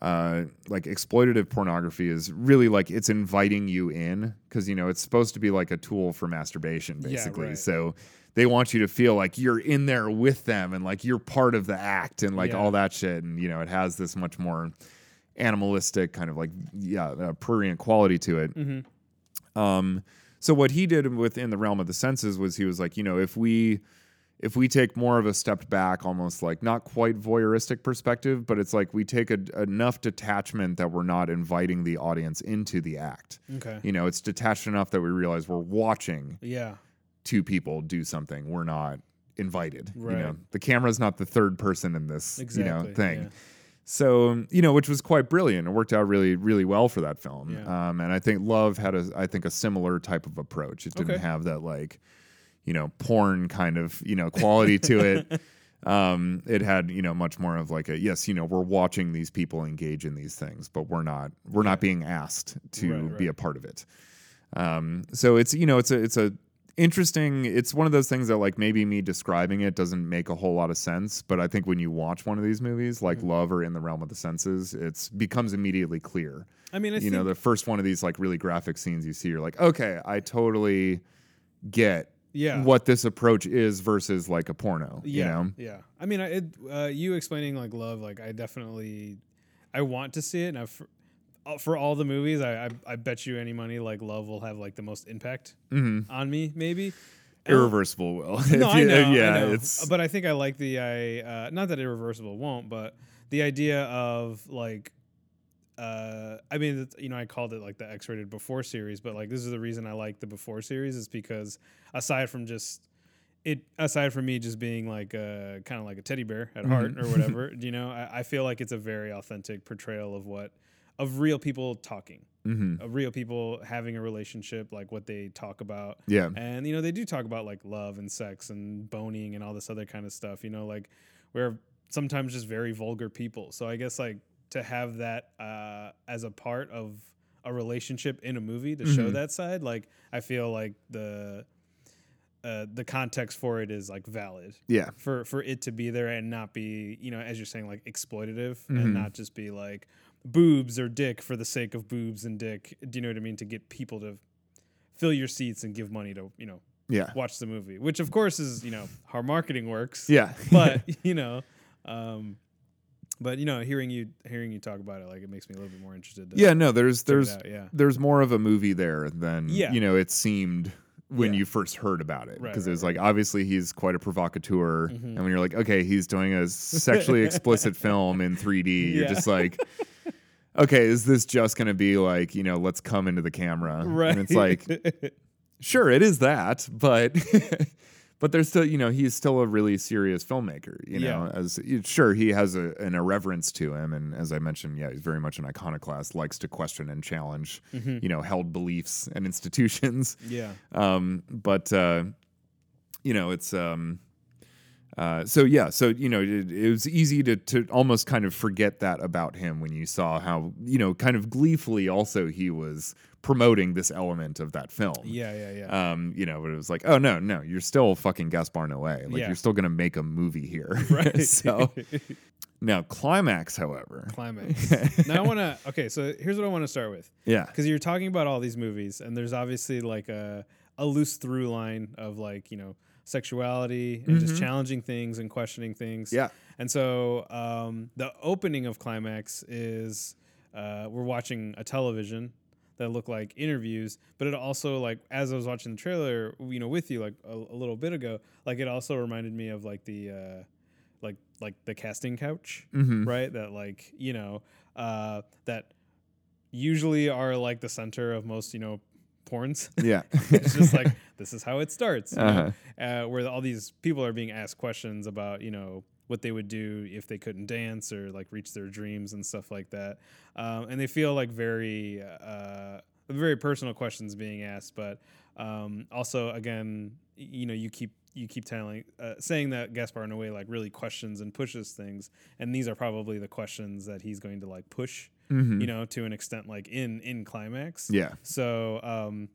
[SPEAKER 3] uh, like exploitative pornography is really like it's inviting you in because you know it's supposed to be like a tool for masturbation
[SPEAKER 2] Yeah,
[SPEAKER 3] basically.
[SPEAKER 2] right.
[SPEAKER 3] So they want you to feel like you're in there with them and like you're part of the act and like
[SPEAKER 2] Yeah.
[SPEAKER 3] all that shit. And you know it has this much more animalistic kind of like yeah uh, prurient quality to it.
[SPEAKER 2] Mhm.
[SPEAKER 3] Um, so what he did within the realm of the senses was he was like, you know, if we if we take more of a step back, almost like not quite voyeuristic perspective, but it's like we take a, enough detachment that we're not inviting the audience into the act.
[SPEAKER 2] Okay.
[SPEAKER 3] You know, it's detached enough that we realize we're watching
[SPEAKER 2] Yeah.
[SPEAKER 3] two people do something. We're not invited. You know,
[SPEAKER 2] Right.
[SPEAKER 3] the camera's not the third person in this
[SPEAKER 2] Exactly.
[SPEAKER 3] you know thing.
[SPEAKER 2] yeah.
[SPEAKER 3] So you know, which was quite brilliant. It worked out really, really well for that film.
[SPEAKER 2] Yeah.
[SPEAKER 3] Um, and I think Love had a, I think a similar type of approach. It didn't
[SPEAKER 2] Okay.
[SPEAKER 3] have that like, you know, porn kind of you know quality to
[SPEAKER 2] [LAUGHS]
[SPEAKER 3] it. Um, it had you know much more of like a yes, you know, we're watching these people engage in these things, but we're not we're not being asked to
[SPEAKER 2] Right,
[SPEAKER 3] be
[SPEAKER 2] right.
[SPEAKER 3] a part of it. Um, so it's you know it's a it's a interesting it's one of those things that like maybe me describing it doesn't make a whole lot of sense but i think when you watch one of these movies
[SPEAKER 2] Mm.
[SPEAKER 3] like love or in the realm of the senses it's becomes immediately clear
[SPEAKER 2] I mean, I
[SPEAKER 3] you
[SPEAKER 2] think
[SPEAKER 3] know the first one of these like really graphic scenes you see you're like okay i totally get
[SPEAKER 2] yeah.
[SPEAKER 3] what this approach is versus like a porno you
[SPEAKER 2] yeah,
[SPEAKER 3] know
[SPEAKER 2] yeah. I mean, I it, uh, you explaining like love, like I definitely, I want to see it, and I, for, uh, for all the movies, I, I I bet you any money like love will have like the most impact
[SPEAKER 3] Mhm.
[SPEAKER 2] on me, maybe. And-
[SPEAKER 3] irreversible will [LAUGHS] If
[SPEAKER 2] Oh. No, I
[SPEAKER 3] you- yeah
[SPEAKER 2] know. I know. Uh,
[SPEAKER 3] it's
[SPEAKER 2] But I think I like the I uh, not that irreversible won't, but the idea of like. Uh, I mean, it's- you know, I called it like the X-rated before series, but like this is the reason I like the before series is because aside from just it, aside from me just being like uh kind of like a teddy bear at heart
[SPEAKER 3] Mm-hmm.
[SPEAKER 2] or
[SPEAKER 3] [LAUGHS]
[SPEAKER 2] whatever, you know, I, I feel like it's a very authentic portrayal of what of real people talking,
[SPEAKER 3] mhm.
[SPEAKER 2] of real people having a relationship, like what they talk about,
[SPEAKER 3] yeah
[SPEAKER 2] and you know, they do talk about like love and sex and boning and all this other kind of stuff, you know, like we're sometimes just very vulgar people. So I guess like to have that uh, as a part of a relationship in a movie to show
[SPEAKER 3] Mhm.
[SPEAKER 2] that side, like I feel like the uh, the context for it is like valid
[SPEAKER 3] yeah
[SPEAKER 2] for for it to be there and not be you know as you're saying like exploitative
[SPEAKER 3] Mhm.
[SPEAKER 2] and not just be like boobs or dick for the sake of boobs and dick do you know what i mean to get people to fill your seats and give money to you know
[SPEAKER 3] yeah
[SPEAKER 2] watch the movie which of course is you know how marketing
[SPEAKER 3] [LAUGHS]
[SPEAKER 2] works
[SPEAKER 3] yeah
[SPEAKER 2] but you know um but you know hearing you hearing you talk about it like it makes me a little bit more interested to
[SPEAKER 3] yeah no there's
[SPEAKER 2] check it
[SPEAKER 3] there's
[SPEAKER 2] out, yeah
[SPEAKER 3] there's more of a movie there than
[SPEAKER 2] Yeah.
[SPEAKER 3] you know it seemed when
[SPEAKER 2] Yeah.
[SPEAKER 3] you first heard about it because
[SPEAKER 2] Right, right, Mm-hmm.
[SPEAKER 3] it was like obviously he's quite a provocateur and when you're like okay he's doing a sexually
[SPEAKER 2] [LAUGHS]
[SPEAKER 3] explicit film in 3d you're
[SPEAKER 2] Yeah.
[SPEAKER 3] just
[SPEAKER 2] [LAUGHS]
[SPEAKER 3] like okay is this just going to be like you know let's come into the camera
[SPEAKER 2] right
[SPEAKER 3] and it's like sure it is that but [LAUGHS] but there's still you know he's still a really serious filmmaker you know as sure he has a, an irreverence to him and as i mentioned yeah he's very much an iconoclast likes to question and challenge you know held beliefs and institutions
[SPEAKER 2] [LAUGHS]
[SPEAKER 3] [LAUGHS]
[SPEAKER 2] yeah
[SPEAKER 3] um but uh you know it's um uh, so yeah, so you know, it, it was easy to, to almost kind of forget that about him when you saw how you know, kind of gleefully also he was promoting this element of that film.
[SPEAKER 2] Yeah, yeah, yeah.
[SPEAKER 3] Um, you know, but it was like, oh no, no, you're still fucking Gaspar Noé. Like
[SPEAKER 2] Yeah.
[SPEAKER 3] you're still gonna make a movie here.
[SPEAKER 2] [LAUGHS] Right.
[SPEAKER 3] Uh, [LAUGHS]
[SPEAKER 2] [LAUGHS]
[SPEAKER 3] so now climax, however.
[SPEAKER 2] climax. now I want to. Okay, so here's what I want to start with.
[SPEAKER 3] Yeah.
[SPEAKER 2] because you're talking about all these movies and there's obviously like a, a loose through line of like you know sexuality and just challenging things and questioning things
[SPEAKER 3] Mm-hmm. Yeah.
[SPEAKER 2] and so um, the opening of climax is uh, we're watching a television that look like interviews but it also like as i was watching the trailer you know with you like a, a little bit ago like it also reminded me of like the uh, like like the casting couch
[SPEAKER 3] Mm-hmm.
[SPEAKER 2] right? That like you know uh, that usually are like the center of most you know porns. [LAUGHS]
[SPEAKER 3] Yeah.
[SPEAKER 2] it's
[SPEAKER 3] [LAUGHS]
[SPEAKER 2] just like this is how it starts, you know,
[SPEAKER 3] Uh-huh.
[SPEAKER 2] uh, where all these people are being asked questions about you know what they would do if they couldn't dance or like reach their dreams and stuff like that, um, and they feel like very uh, very personal questions being asked, but um, also again y- you know you keep you keep telling uh, saying that Gaspar Noé like really questions and pushes things, and these are probably the questions that he's going to like push,
[SPEAKER 3] Mhm.
[SPEAKER 2] you know, to an extent like in in climax.
[SPEAKER 3] Yeah.
[SPEAKER 2] So um,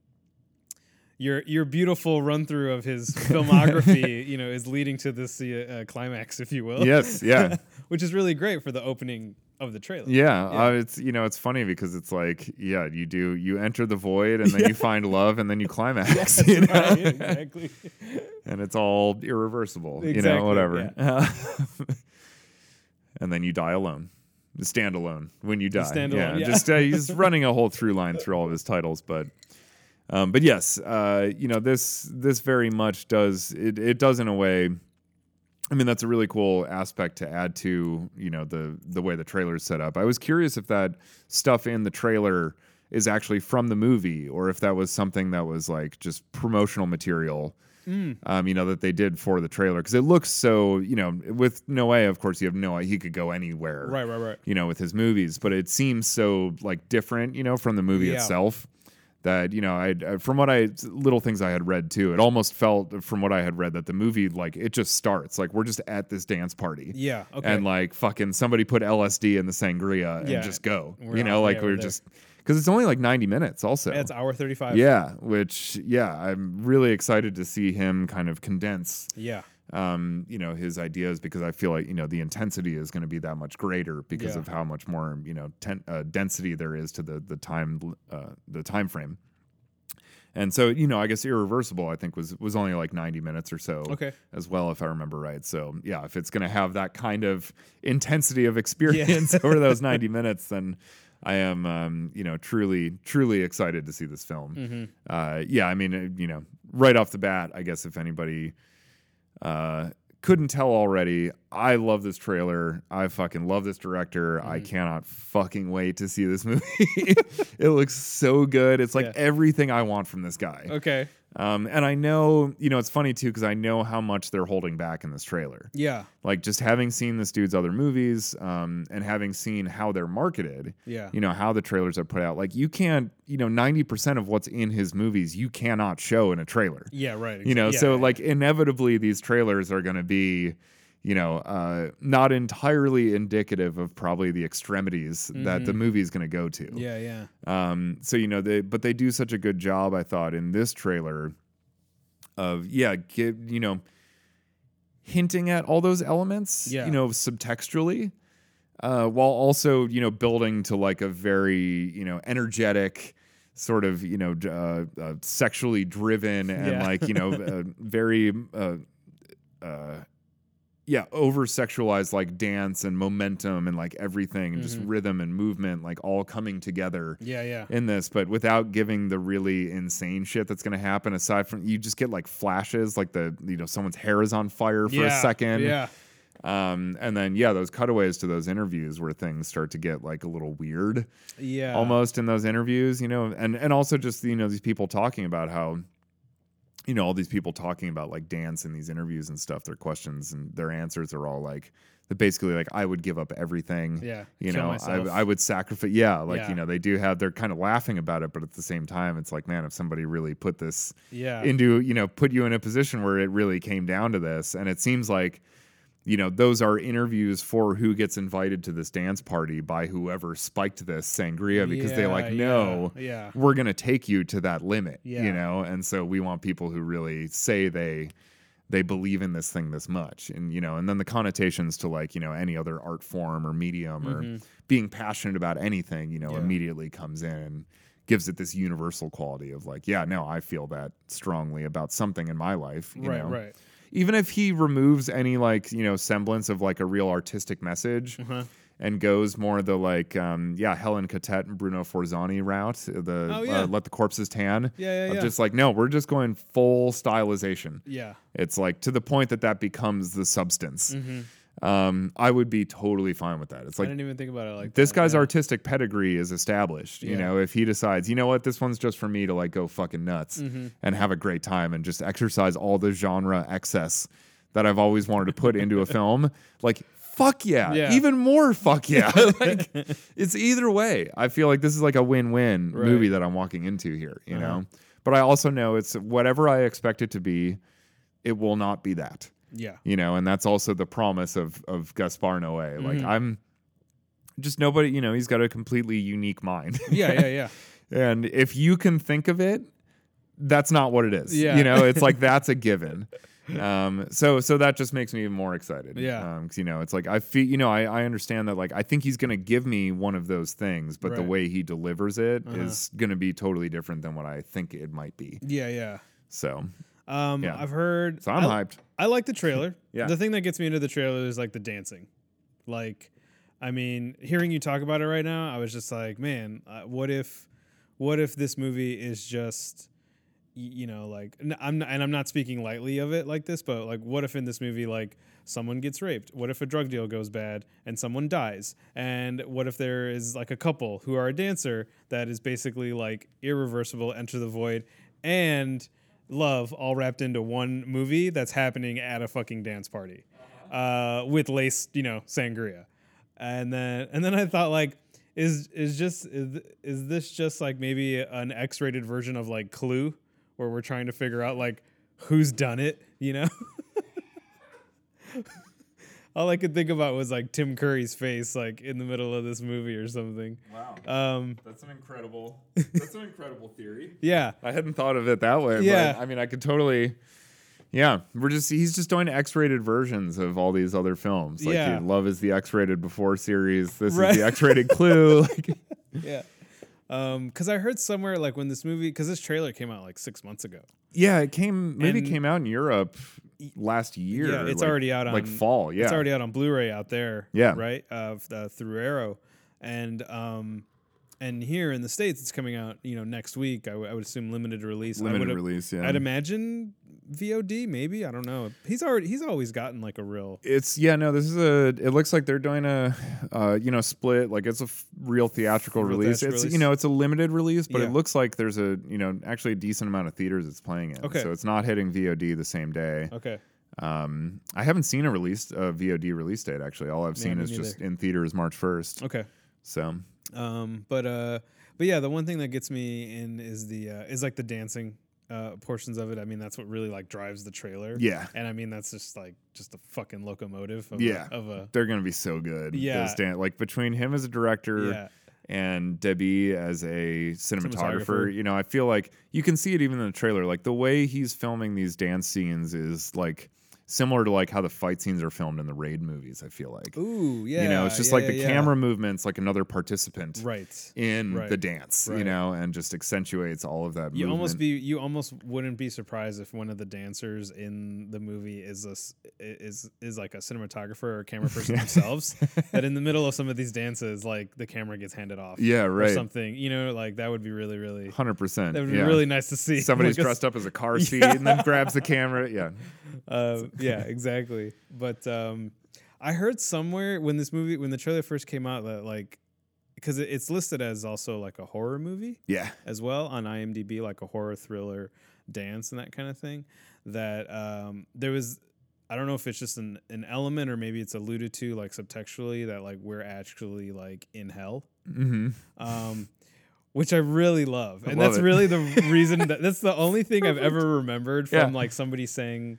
[SPEAKER 2] your your beautiful run through of his
[SPEAKER 3] [LAUGHS]
[SPEAKER 2] filmography, you know, is leading to this uh, uh, climax, if you will.
[SPEAKER 3] Yes, yeah.
[SPEAKER 2] [LAUGHS] which is really great for the opening of the trailer. [LAUGHS]
[SPEAKER 3] Yeah, Uh, it's you know it's funny because it's like yeah you do you enter the void
[SPEAKER 2] [LAUGHS]
[SPEAKER 3] and then you find love and then you climax [LAUGHS] you know?
[SPEAKER 2] Right, exactly.
[SPEAKER 3] and it's all irreversible you
[SPEAKER 2] Exactly,
[SPEAKER 3] know whatever [LAUGHS] and then you die alone stand alone when you die
[SPEAKER 2] stand
[SPEAKER 3] yeah,
[SPEAKER 2] alone, yeah.
[SPEAKER 3] just uh,
[SPEAKER 2] [LAUGHS]
[SPEAKER 3] he's running a whole through line through all of his titles but um, but yes uh, you know this this very much does it it does in a way I mean, that's a really cool aspect to add to, you know, the the way the trailer's set up. I was curious if that stuff in the trailer is actually from the movie or if that was something that was like just promotional material. Um, you know that they did for the trailer because it looks so. You know, with Noé, of course, you have no. He could go anywhere,
[SPEAKER 2] right, right, right.
[SPEAKER 3] You know, with his movies, but it seems so like different. You know, from the movie
[SPEAKER 2] Yeah.
[SPEAKER 3] itself. That you know, I I- from what I little things I had read too, it almost felt uh, from what I had read that the movie like it just starts like we're just at this dance party.
[SPEAKER 2] Yeah. Okay.
[SPEAKER 3] And like fucking somebody put LSD in the sangria and
[SPEAKER 2] Yeah.
[SPEAKER 3] just go.
[SPEAKER 2] We're
[SPEAKER 3] you know,
[SPEAKER 2] out-
[SPEAKER 3] like
[SPEAKER 2] yeah, we're
[SPEAKER 3] we're,
[SPEAKER 2] there.
[SPEAKER 3] just because it's only like ninety minutes. Also,
[SPEAKER 2] That's hour thirty-five.
[SPEAKER 3] yeah, which yeah, I'm really excited to see him kind of condense
[SPEAKER 2] Yeah.
[SPEAKER 3] um, you know, his ideas because I feel like, you know, the intensity is going to be that much greater because
[SPEAKER 2] Yeah.
[SPEAKER 3] of how much more, you know, ten, uh, density there is to the the time uh, the time frame. And so, you know, I guess irreversible I think was was only like 90 minutes or so
[SPEAKER 2] Okay.
[SPEAKER 3] as well if I remember right. So, yeah, if it's going to have that kind of intensity of experience over those 90 minutes then I am, um, you know, truly, truly excited to see this film. Uh, yeah, I mean, uh, you know, right off the bat, I guess if anybody uh, couldn't tell already, I love this trailer. I fucking love this director. I cannot fucking wait to see this movie. [LAUGHS] it looks so good. It's like
[SPEAKER 2] Yeah.
[SPEAKER 3] everything I want from this guy.
[SPEAKER 2] Okay.
[SPEAKER 3] Um, and I know, you know, it's funny too because I know how much they're holding back in this trailer
[SPEAKER 2] Yeah.
[SPEAKER 3] like just having seen this dude's other movies um, and having seen how they're marketed
[SPEAKER 2] Yeah.
[SPEAKER 3] you know how the trailers are put out like you can't you know 90% of what's in his movies you cannot show in a trailer
[SPEAKER 2] Yeah. Right.
[SPEAKER 3] you know
[SPEAKER 2] exactly.
[SPEAKER 3] so
[SPEAKER 2] Yeah,
[SPEAKER 3] like inevitably these trailers are going to be you know uh, not entirely indicative of probably the extremities that the movie's going to go to
[SPEAKER 2] Yeah. Yeah.
[SPEAKER 3] um, so you know they, but they do such a good job, I thought, in this trailer of yeah, give you know, hinting at all those elements,
[SPEAKER 2] Yeah.
[SPEAKER 3] you know, subtextually, uh, while also you know building to like a very you know energetic sort of you know d- uh, uh, sexually driven and
[SPEAKER 2] Yeah.
[SPEAKER 3] like you know
[SPEAKER 2] [LAUGHS]
[SPEAKER 3] uh, very. Uh, uh, yeah, over sexualized like dance and momentum and like everything and
[SPEAKER 2] Mm-hmm.
[SPEAKER 3] just rhythm and movement, like all coming together
[SPEAKER 2] Yeah. Yeah.
[SPEAKER 3] in this, but without giving the really insane shit that's gonna happen. Aside from you just get like flashes, like the you know someone's hair is on fire for
[SPEAKER 2] Yeah,
[SPEAKER 3] a second,
[SPEAKER 2] Yeah.
[SPEAKER 3] Um, and then yeah, those cutaways to those interviews where things start to get like a little weird
[SPEAKER 2] Yeah.
[SPEAKER 3] almost in those interviews, you know, and and also just you know these people talking about how you know all these people talking about like dance in these interviews and stuff. Their questions and their answers are all like they're basically like I would give up everything.
[SPEAKER 2] Yeah.
[SPEAKER 3] You
[SPEAKER 2] Kill
[SPEAKER 3] know,
[SPEAKER 2] myself.
[SPEAKER 3] I, I would sacrifice. Yeah, like
[SPEAKER 2] Yeah.
[SPEAKER 3] you know, they do have. They're kind of laughing about it, but at the same time, it's like, man, if somebody really put this
[SPEAKER 2] Yeah.
[SPEAKER 3] into, you know, put you in a position where it really came down to this, and it seems like you know, those are interviews for who gets invited to this dance party by whoever spiked this sangria because they like,
[SPEAKER 2] Yeah,
[SPEAKER 3] no,
[SPEAKER 2] yeah,
[SPEAKER 3] we're going to take you to that limit,
[SPEAKER 2] Yeah.
[SPEAKER 3] you know? And so we want people who really say they they believe in this thing this much and you know and then the connotations to like you know any other art form or medium or being passionate about anything you know
[SPEAKER 2] Mm-hmm. Yeah.
[SPEAKER 3] immediately comes in and gives it this universal quality of like yeah no i feel that strongly about something in my life you
[SPEAKER 2] right,
[SPEAKER 3] know?
[SPEAKER 2] right.
[SPEAKER 3] even if he removes any like you know semblance of like a real artistic message
[SPEAKER 2] Uh-huh.
[SPEAKER 3] and goes more the like um yeah helen catet and bruno forzani route the
[SPEAKER 2] Oh, yeah.
[SPEAKER 3] uh, let the corpses tan
[SPEAKER 2] Yeah, yeah,
[SPEAKER 3] of
[SPEAKER 2] yeah.
[SPEAKER 3] just like no we're just going full stylization
[SPEAKER 2] yeah.
[SPEAKER 3] it's like to the point that that becomes the substance
[SPEAKER 2] hmm
[SPEAKER 3] um i would be totally fine with that it's
[SPEAKER 2] I
[SPEAKER 3] like
[SPEAKER 2] didn't even think about it like
[SPEAKER 3] this
[SPEAKER 2] that,
[SPEAKER 3] guy's
[SPEAKER 2] yeah.
[SPEAKER 3] artistic pedigree is established you
[SPEAKER 2] Yeah.
[SPEAKER 3] know if he decides you know what this one's just for me to like go fucking nuts
[SPEAKER 2] Mhm.
[SPEAKER 3] and have a great time and just exercise all the genre excess that I've always wanted to put into
[SPEAKER 2] [LAUGHS]
[SPEAKER 3] a film. Like, fuck yeah.
[SPEAKER 2] Yeah.
[SPEAKER 3] Even more
[SPEAKER 2] [LAUGHS]
[SPEAKER 3] fuck yeah. [LAUGHS] like, it's either way. I feel like this is like a win win
[SPEAKER 2] Right.
[SPEAKER 3] movie that I'm walking into here, you
[SPEAKER 2] Uh-huh.
[SPEAKER 3] know? But I also know it's whatever I expect it to be, it will not be that,
[SPEAKER 2] Yeah.
[SPEAKER 3] you know? And that's also the promise of, of Gaspar Noé. Like,
[SPEAKER 2] Mhm.
[SPEAKER 3] I'm just nobody, you know, he's got a completely unique mind. [LAUGHS]
[SPEAKER 2] Yeah, yeah, yeah.
[SPEAKER 3] And if you can think of it, that's not what it is.
[SPEAKER 2] Yeah.
[SPEAKER 3] You know, it's
[SPEAKER 2] [LAUGHS]
[SPEAKER 3] like that's a given. Um, so so that just makes me even more excited.
[SPEAKER 2] Yeah.
[SPEAKER 3] Um, 'cause, you know, it's like I feel you know, I, I understand that like I think he's gonna give me one of those things, but the
[SPEAKER 2] Right.
[SPEAKER 3] way he delivers it
[SPEAKER 2] Uh-huh.
[SPEAKER 3] is gonna be totally different than what I think it might be.
[SPEAKER 2] Yeah, yeah.
[SPEAKER 3] So
[SPEAKER 2] Um,
[SPEAKER 3] Yeah.
[SPEAKER 2] I've heard.
[SPEAKER 3] so I'm
[SPEAKER 2] I,
[SPEAKER 3] hyped.
[SPEAKER 2] I like the trailer.
[SPEAKER 3] [LAUGHS] Yeah.
[SPEAKER 2] The thing that gets me into the trailer is like the dancing. Like, I mean, hearing you talk about it right now, I was just like, man, uh, what if, what if this movie is just, y- you know, like, n- I'm not, and I'm not speaking lightly of it like this, but like, what if in this movie, like, someone gets raped? What if a drug deal goes bad and someone dies? And what if there is like a couple who are a dancer that is basically like irreversible, enter the void, and love all wrapped into one movie that's happening at a fucking dance party uh, with lace, you know, sangria. And then and then I thought like is is just is, is this just like maybe an X-rated version of like Clue where we're trying to figure out like who's done it, you know? [LAUGHS] All I could think about was like Tim Curry's face like in the middle of this movie or something.
[SPEAKER 3] Wow.
[SPEAKER 2] Um
[SPEAKER 3] That's an incredible that's an incredible theory.
[SPEAKER 2] yeah.
[SPEAKER 3] I hadn't thought of it that way.
[SPEAKER 2] Yeah.
[SPEAKER 3] But I mean, I could totally. Yeah, we're just he's just doing X-rated versions of all these other films. Like
[SPEAKER 2] Yeah.
[SPEAKER 3] dude, Love is the X-rated before series. This
[SPEAKER 2] Right.
[SPEAKER 3] is the X-rated
[SPEAKER 2] [LAUGHS]
[SPEAKER 3] Clue. Like,
[SPEAKER 2] yeah. Um, because I heard somewhere like when this movie, because this trailer came out like six months ago.
[SPEAKER 3] yeah, it came maybe
[SPEAKER 2] And-
[SPEAKER 3] came out in Europe last year.
[SPEAKER 2] Yeah, it's
[SPEAKER 3] like-
[SPEAKER 2] already out on
[SPEAKER 3] like fall. Yeah,
[SPEAKER 2] It's already out on Blu-ray out there.
[SPEAKER 3] Yeah.
[SPEAKER 2] Right. Uh, f- uh, through Arrow, and um, and here in the states, it's coming out you know next week. I would- I would assume limited release. I
[SPEAKER 3] limited
[SPEAKER 2] would-
[SPEAKER 3] release. Yeah,
[SPEAKER 2] I'd imagine VOD maybe. I don't know. He's already he's always gotten like a real.
[SPEAKER 3] it's yeah no this is a it looks like they're doing a uh you know split like it's a f- real theatrical
[SPEAKER 2] Real
[SPEAKER 3] release
[SPEAKER 2] theatrical
[SPEAKER 3] it's
[SPEAKER 2] release.
[SPEAKER 3] you know it's a limited release but
[SPEAKER 2] Yeah.
[SPEAKER 3] it looks like there's a you know actually a decent amount of theaters it's playing in
[SPEAKER 2] Okay.
[SPEAKER 3] so it's not hitting VOD the same day
[SPEAKER 2] Okay.
[SPEAKER 3] um I haven't seen a release a VOD release date actually all I've seen
[SPEAKER 2] me
[SPEAKER 3] is just in theaters March 1st
[SPEAKER 2] Okay.
[SPEAKER 3] so
[SPEAKER 2] Um, but uh, but yeah, the one thing that gets me in is the uh, is like the dancing uh portions of it. I mean, that's what really like drives the trailer.
[SPEAKER 3] yeah
[SPEAKER 2] And I mean, that's just like just a fucking locomotive. Of
[SPEAKER 3] Yeah.
[SPEAKER 2] A, of a
[SPEAKER 3] they're gonna be so good
[SPEAKER 2] Yeah.
[SPEAKER 3] those dan- like between him as a director
[SPEAKER 2] yeah.
[SPEAKER 3] and Debbie as a cinematographer,
[SPEAKER 2] Cinematographer.
[SPEAKER 3] you know, I feel like you can see it even in the trailer. Like the way he's filming these dance scenes is like similar to like how the fight scenes are filmed in the raid movies, I feel like.
[SPEAKER 2] Ooh, yeah.
[SPEAKER 3] you know, it's just
[SPEAKER 2] yeah,
[SPEAKER 3] like the
[SPEAKER 2] yeah, yeah.
[SPEAKER 3] camera movements like another participant
[SPEAKER 2] Right.
[SPEAKER 3] in
[SPEAKER 2] Right.
[SPEAKER 3] the dance,
[SPEAKER 2] Right.
[SPEAKER 3] you know, and just accentuates all of that
[SPEAKER 2] You
[SPEAKER 3] movement.
[SPEAKER 2] almost be you almost wouldn't be surprised if one of the dancers in the movie is a s- is is like a cinematographer
[SPEAKER 3] [LAUGHS]
[SPEAKER 2] or camera person themselves. That in the middle of some of these dances, like the camera gets handed off.
[SPEAKER 3] Yeah,
[SPEAKER 2] Or
[SPEAKER 3] right.
[SPEAKER 2] something. You know, like that would be really, really.
[SPEAKER 3] 100%.
[SPEAKER 2] That would be
[SPEAKER 3] yeah.
[SPEAKER 2] really nice to see. [LAUGHS]
[SPEAKER 3] Somebody's
[SPEAKER 2] Like a s-
[SPEAKER 3] dressed up as a
[SPEAKER 2] [LAUGHS]
[SPEAKER 3] car seat and then grabs the camera. Yeah.
[SPEAKER 2] Uh, yeah, exactly. But um, I heard somewhere when this movie, when the trailer first came out, that like, because it, it's listed as also like a horror movie
[SPEAKER 3] Yeah.
[SPEAKER 2] as well on IMDb, like a horror thriller dance and that kind of thing. That um, there was, I don't know if it's just an, an element or maybe it's alluded to like subtextually that like we're actually like in hell
[SPEAKER 3] Mm-hmm.
[SPEAKER 2] um, which I really love, and
[SPEAKER 3] love
[SPEAKER 2] that's
[SPEAKER 3] it. [LAUGHS]
[SPEAKER 2] really the reason that that's the only thing I've ever remembered from
[SPEAKER 3] Yeah.
[SPEAKER 2] like somebody saying,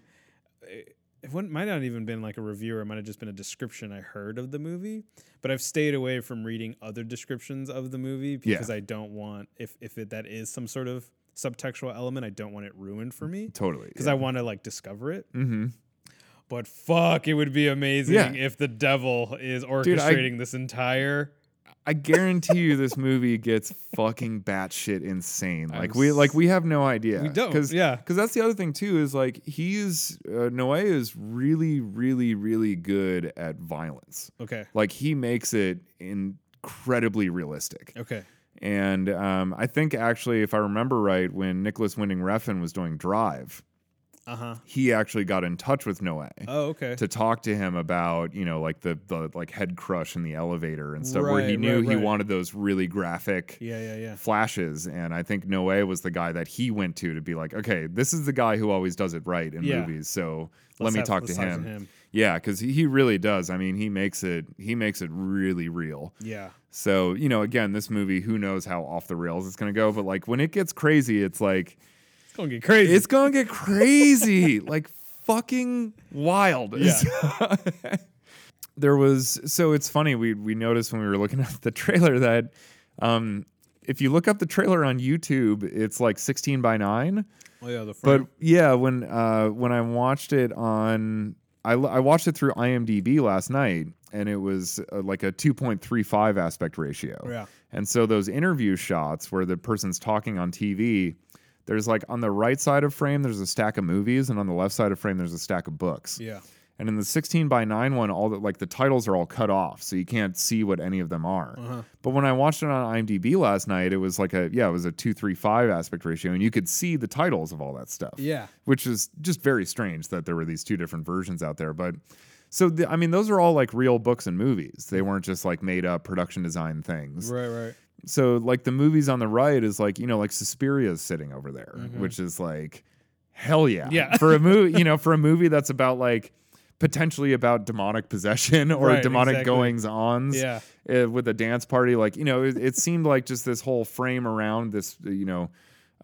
[SPEAKER 2] eh, it wouldn't- might not even been like a reviewer. It might have just been a description I heard of the movie. But I've stayed away from reading other descriptions of the movie
[SPEAKER 3] Yeah.
[SPEAKER 2] because I don't want if if it, that is some sort of subtextual element, I don't want it ruined for me [LAUGHS]
[SPEAKER 3] Totally.
[SPEAKER 2] because I want to like discover it.
[SPEAKER 3] mm-hmm.
[SPEAKER 2] But fuck, it would be amazing
[SPEAKER 3] Yeah.
[SPEAKER 2] if the devil is
[SPEAKER 3] I-
[SPEAKER 2] orchestrating this entire.
[SPEAKER 3] I guarantee you, this movie gets fucking batshit insane. Like
[SPEAKER 2] I'm
[SPEAKER 3] we
[SPEAKER 2] s-
[SPEAKER 3] like we have no idea.
[SPEAKER 2] We don't,
[SPEAKER 3] Cause,
[SPEAKER 2] yeah.
[SPEAKER 3] because that's the other thing too is like he's uh, Noé is really really really good at violence.
[SPEAKER 2] Okay,
[SPEAKER 3] Like he makes it incredibly realistic.
[SPEAKER 2] okay,
[SPEAKER 3] And um, I think actually, if I remember right, when Nicholas Winding Refn was doing Drive,
[SPEAKER 2] uh huh.
[SPEAKER 3] he actually got in touch with Noé
[SPEAKER 2] Oh,
[SPEAKER 3] [LAUGHS]
[SPEAKER 2] okay.
[SPEAKER 3] to talk to him about you know like the the like head crush in the elevator and stuff where he
[SPEAKER 2] Right,
[SPEAKER 3] knew
[SPEAKER 2] right,
[SPEAKER 3] he
[SPEAKER 2] right.
[SPEAKER 3] wanted those really graphic
[SPEAKER 2] Yeah, yeah, yeah.
[SPEAKER 3] flashes and i think noé was the guy that he went to to be like okay this is the guy who always does it right in
[SPEAKER 2] Yeah.
[SPEAKER 3] movies so let
[SPEAKER 2] Let's
[SPEAKER 3] me
[SPEAKER 2] have-
[SPEAKER 3] talk to
[SPEAKER 2] let's
[SPEAKER 3] him. yeah because he really does i mean he makes it he makes it really real
[SPEAKER 2] Yeah,
[SPEAKER 3] so you know again this movie who knows how off the rails it's gonna go but like when it gets crazy it's like
[SPEAKER 2] it's gonna get crazy.
[SPEAKER 3] it's gonna get crazy [LAUGHS] like fucking wild
[SPEAKER 2] Yeah.
[SPEAKER 3] [LAUGHS] there was so it's funny we we noticed when we were looking [LAUGHS] at the trailer that um if you look up the trailer on YouTube, it's like 16 by 9.
[SPEAKER 2] oh yeah, the
[SPEAKER 3] But
[SPEAKER 2] front.
[SPEAKER 3] yeah, when uh, when I watched it on, I, l- I watched it through IMDb last night, and it was uh, like a 2.35 aspect ratio.
[SPEAKER 2] Yeah.
[SPEAKER 3] And so those interview shots where the person's talking on TV, there's like on the right side of frame there's a stack of movies, and on the left side of frame there's a stack of books.
[SPEAKER 2] yeah.
[SPEAKER 3] And in the 16 by 9 one, all the like the titles are all cut off, so you can't see what any of them are.
[SPEAKER 2] Uh-huh.
[SPEAKER 3] [LAUGHS] But when I watched it on IMDb last night, it was like a yeah, it was a 235 aspect ratio, and you could see the titles of all that stuff.
[SPEAKER 2] Yeah.
[SPEAKER 3] Which is just very strange that there were these two different versions out there. But so the, I mean, those are all like real books and movies. They weren't just like made up production design things.
[SPEAKER 2] Right, right.
[SPEAKER 3] So like the movies on the right is like you know like Suspiria's sitting over there, which is like hell yeah,
[SPEAKER 2] Mm-hmm. Yeah.
[SPEAKER 3] for a
[SPEAKER 2] [LAUGHS]
[SPEAKER 3] movie you know for a movie that's about like potentially about demonic possession or
[SPEAKER 2] Right,
[SPEAKER 3] demonic
[SPEAKER 2] exactly.
[SPEAKER 3] goings ons
[SPEAKER 2] Yeah.
[SPEAKER 3] uh, with a dance party like you know it, it seemed like just this whole frame around this you know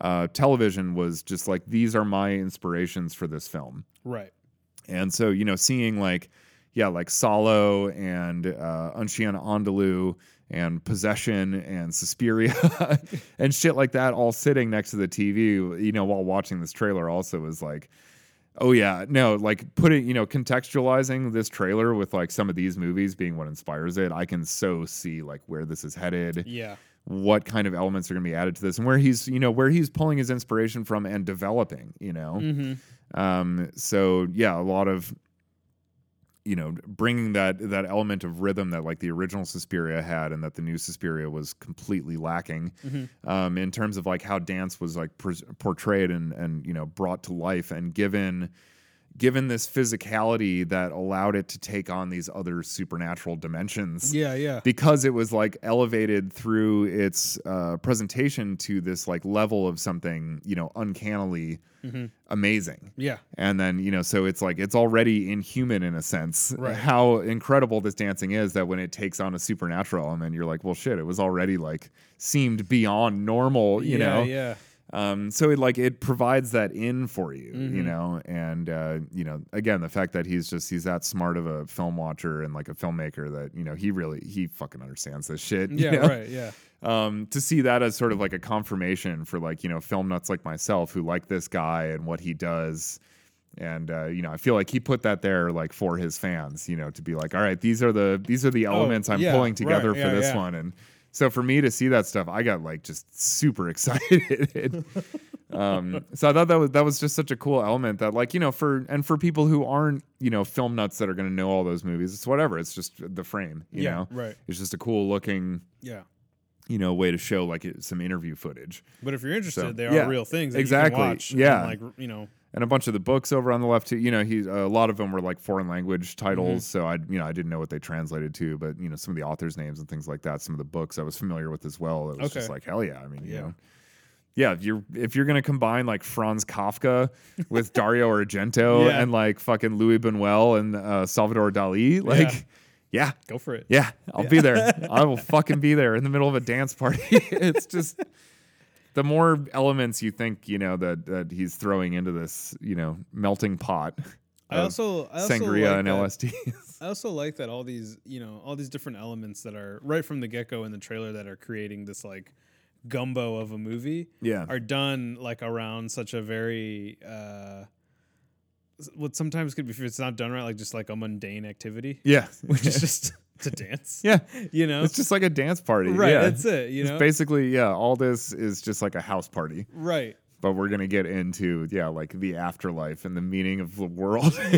[SPEAKER 3] uh, television was just like these are my inspirations for this film
[SPEAKER 2] Right.
[SPEAKER 3] and so, you know, seeing like, yeah, like Solo and uh, Unshian Andalou and Possession and Suspiria [LAUGHS] and shit like that all sitting next to the TV, you know, while watching this trailer also was like, oh yeah, no, like putting, you know, contextualizing this trailer with like some of these movies being what inspires it, I can so see like where this is headed
[SPEAKER 2] Yeah.
[SPEAKER 3] what kind of elements are going to be added to this and where he's you know where he's pulling his inspiration from and developing you know
[SPEAKER 2] Mm-hmm.
[SPEAKER 3] um so yeah a lot of you know bringing that that element of rhythm that like the original Suspiria had and that the new Suspiria was completely lacking um in terms of like how dance was like pres portrayed and and you know brought to life and given given this physicality that allowed it to take on these other supernatural dimensions
[SPEAKER 2] Yeah, yeah.
[SPEAKER 3] because it was like elevated through its uh, presentation to this like level of something you know uncannily amazing
[SPEAKER 2] Yeah.
[SPEAKER 3] and then you know so it's like it's already inhuman in a sense
[SPEAKER 2] Right.
[SPEAKER 3] how incredible this dancing is that when it takes on a supernatural element you're like well shit it was already like seemed beyond normal you
[SPEAKER 2] yeah,
[SPEAKER 3] know
[SPEAKER 2] Yeah.
[SPEAKER 3] um, so it like it provides that in for you,
[SPEAKER 2] Mm-hmm.
[SPEAKER 3] you know, and uh, you know, again, the fact that he's just he's that smart of a film watcher and like a filmmaker that you know he really he fucking understands this shit. [LAUGHS] [LAUGHS] you
[SPEAKER 2] Yeah,
[SPEAKER 3] know?
[SPEAKER 2] right. Yeah.
[SPEAKER 3] Um, to see that as sort of like a confirmation for like you know film nuts like myself who like this guy and what he does, and uh, you know, I feel like he put that there like for his fans, you know, to be like, all right, these are the these are the elements I'm
[SPEAKER 2] Oh, yeah,
[SPEAKER 3] pulling together
[SPEAKER 2] right,
[SPEAKER 3] for
[SPEAKER 2] yeah,
[SPEAKER 3] this
[SPEAKER 2] yeah.
[SPEAKER 3] one, and so for me to see that stuff, I got like just super [LAUGHS] excited. um, so I thought that was that was just such a cool element that like you know for and for people who aren't you know film nuts that are going to know all those movies, it's whatever. It's just the frame, you
[SPEAKER 2] Yeah,
[SPEAKER 3] know.
[SPEAKER 2] right.
[SPEAKER 3] It's just a cool looking
[SPEAKER 2] Yeah.
[SPEAKER 3] you know way to show like it- some interview footage
[SPEAKER 2] But if you're interested,
[SPEAKER 3] So,
[SPEAKER 2] they are
[SPEAKER 3] yeah,
[SPEAKER 2] real things. That
[SPEAKER 3] exactly,
[SPEAKER 2] You can watch
[SPEAKER 3] yeah.
[SPEAKER 2] And like r- you know.
[SPEAKER 3] and a bunch of the books over on the left too. You know, he a lot of them were like foreign language titles,
[SPEAKER 2] Mm-hmm.
[SPEAKER 3] so I you know I didn't know what they translated to, but you know some of the authors' names and things like that. Some of the books I was familiar with as well. It was just
[SPEAKER 2] Okay.
[SPEAKER 3] like hell yeah. I mean, you
[SPEAKER 2] Yeah.
[SPEAKER 3] know. Yeah, if you're if you're gonna combine like Franz Kafka with
[SPEAKER 2] [LAUGHS]
[SPEAKER 3] Dario Argento
[SPEAKER 2] Yeah.
[SPEAKER 3] and like fucking Louis Buñuel and uh, Salvador Dali, like, yeah,
[SPEAKER 2] Go for it.
[SPEAKER 3] Yeah, I'll be
[SPEAKER 2] [LAUGHS]
[SPEAKER 3] there. I will fucking be there in the middle of a dance party. [LAUGHS] it's just the more elements you think, you know, that that he's throwing into this, you know, melting pot.
[SPEAKER 2] I
[SPEAKER 3] of
[SPEAKER 2] also I also
[SPEAKER 3] sangria
[SPEAKER 2] like
[SPEAKER 3] and
[SPEAKER 2] that- [LAUGHS]
[SPEAKER 3] LSD.
[SPEAKER 2] I also like that all these, you know, all these different elements that are right from the get go in the trailer that are creating this like gumbo of a movie
[SPEAKER 3] [LAUGHS] yeah.
[SPEAKER 2] are done like around such a very uh s- what sometimes could be if it's not done right, like just like a mundane activity, [LAUGHS]
[SPEAKER 3] Yeah.
[SPEAKER 2] which is just to dance. [LAUGHS]
[SPEAKER 3] yeah.
[SPEAKER 2] You know,
[SPEAKER 3] It's just like a dance party.
[SPEAKER 2] right?
[SPEAKER 3] Yeah.
[SPEAKER 2] That's it. You
[SPEAKER 3] It's
[SPEAKER 2] know,
[SPEAKER 3] basically, yeah, all this is just like a house party.
[SPEAKER 2] right?
[SPEAKER 3] But we're gonna get into, yeah, like the afterlife and the meaning of the world. [LAUGHS]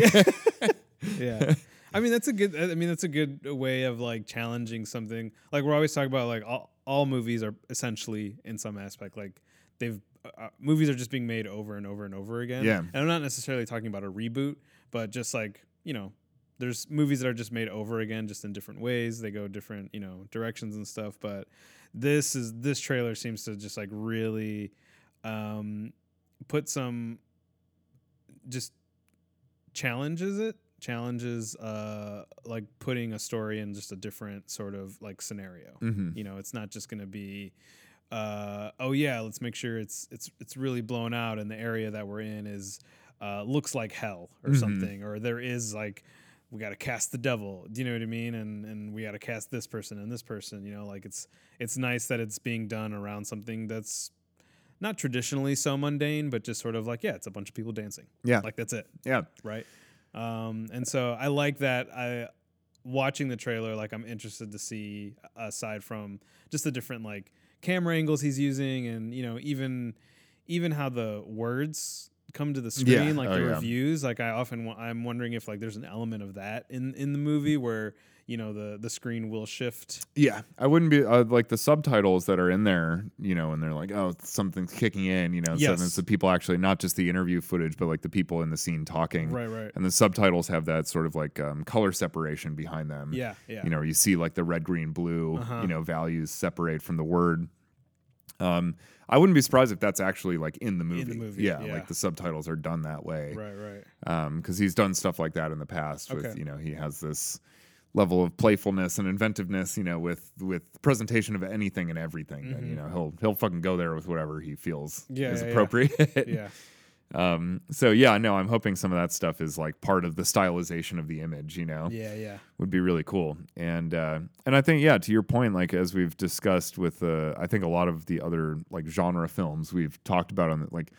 [SPEAKER 2] yeah i mean that's a good i mean that's a good way of like challenging something like we're always talking about like all, all movies are essentially in some aspect like they've uh, uh, movies are just being made over and over and over again
[SPEAKER 3] Yeah.
[SPEAKER 2] and i'm not necessarily talking about a reboot but just like you know there's movies that are just made over again just in different ways they go different you know directions and stuff but this is this trailer seems to just like really um put some just challenges it challenges uh like putting a story in just a different sort of like scenario
[SPEAKER 3] hmm
[SPEAKER 2] you know it's not just going to be uh oh yeah let's make sure it's it's it's really blown out and the area that we're in is uh looks like hell or
[SPEAKER 3] Mhm.
[SPEAKER 2] something or there is like we got to cast the devil do you know what i mean and and we got to cast this person and this person you know like it's it's nice that it's being done around something that's not traditionally so mundane but just sort of like yeah it's a bunch of people dancing
[SPEAKER 3] Yeah.
[SPEAKER 2] like that's it
[SPEAKER 3] Yeah.
[SPEAKER 2] right? Um, and so I like that. I watching the trailer, like I'm interested to see uh, aside from just the different like camera angles he's using, and you know even even how the words come to the
[SPEAKER 3] Yeah.
[SPEAKER 2] screen, like
[SPEAKER 3] Oh,
[SPEAKER 2] the
[SPEAKER 3] yeah.
[SPEAKER 2] reviews. Like I often wa- I'm wondering if like there's an element of that in in the movie where you know the the screen will shift.
[SPEAKER 3] Yeah, I wouldn't be uh, like the subtitles that are in there, you know, and they're like, oh, something's kicking in, you know.
[SPEAKER 2] Yes.
[SPEAKER 3] So it's the people actually, not just the interview footage, but like the people in the scene talking.
[SPEAKER 2] Right, right.
[SPEAKER 3] And the subtitles have that sort of like um, color separation behind them.
[SPEAKER 2] Yeah, yeah.
[SPEAKER 3] You know, you see like the red, green, blue,
[SPEAKER 2] Uh-huh.
[SPEAKER 3] you know, values separate from the word. Um, I wouldn't be surprised if that's actually like in the movie.
[SPEAKER 2] the movie, yeah.
[SPEAKER 3] like the subtitles are done that way
[SPEAKER 2] right, right.
[SPEAKER 3] because Um, he's done stuff like that in the past. With
[SPEAKER 2] Okay.
[SPEAKER 3] you know, he has this level of playfulness and inventiveness. You know, with with presentation of anything and everything. And you know, he'll he'll fucking go there with whatever he feels
[SPEAKER 2] Mm-hmm. Yeah,
[SPEAKER 3] is
[SPEAKER 2] yeah, yeah.
[SPEAKER 3] appropriate. [LAUGHS]
[SPEAKER 2] Yeah,
[SPEAKER 3] um, so yeah, no, I'm hoping some of that stuff is like part of the stylization of the image. You know,
[SPEAKER 2] yeah,
[SPEAKER 3] [LAUGHS]
[SPEAKER 2] yeah.
[SPEAKER 3] would be really cool. And uh, and I think yeah, to your point, like as we've discussed with uh, I think a lot of the other like genre films we've talked about on the, like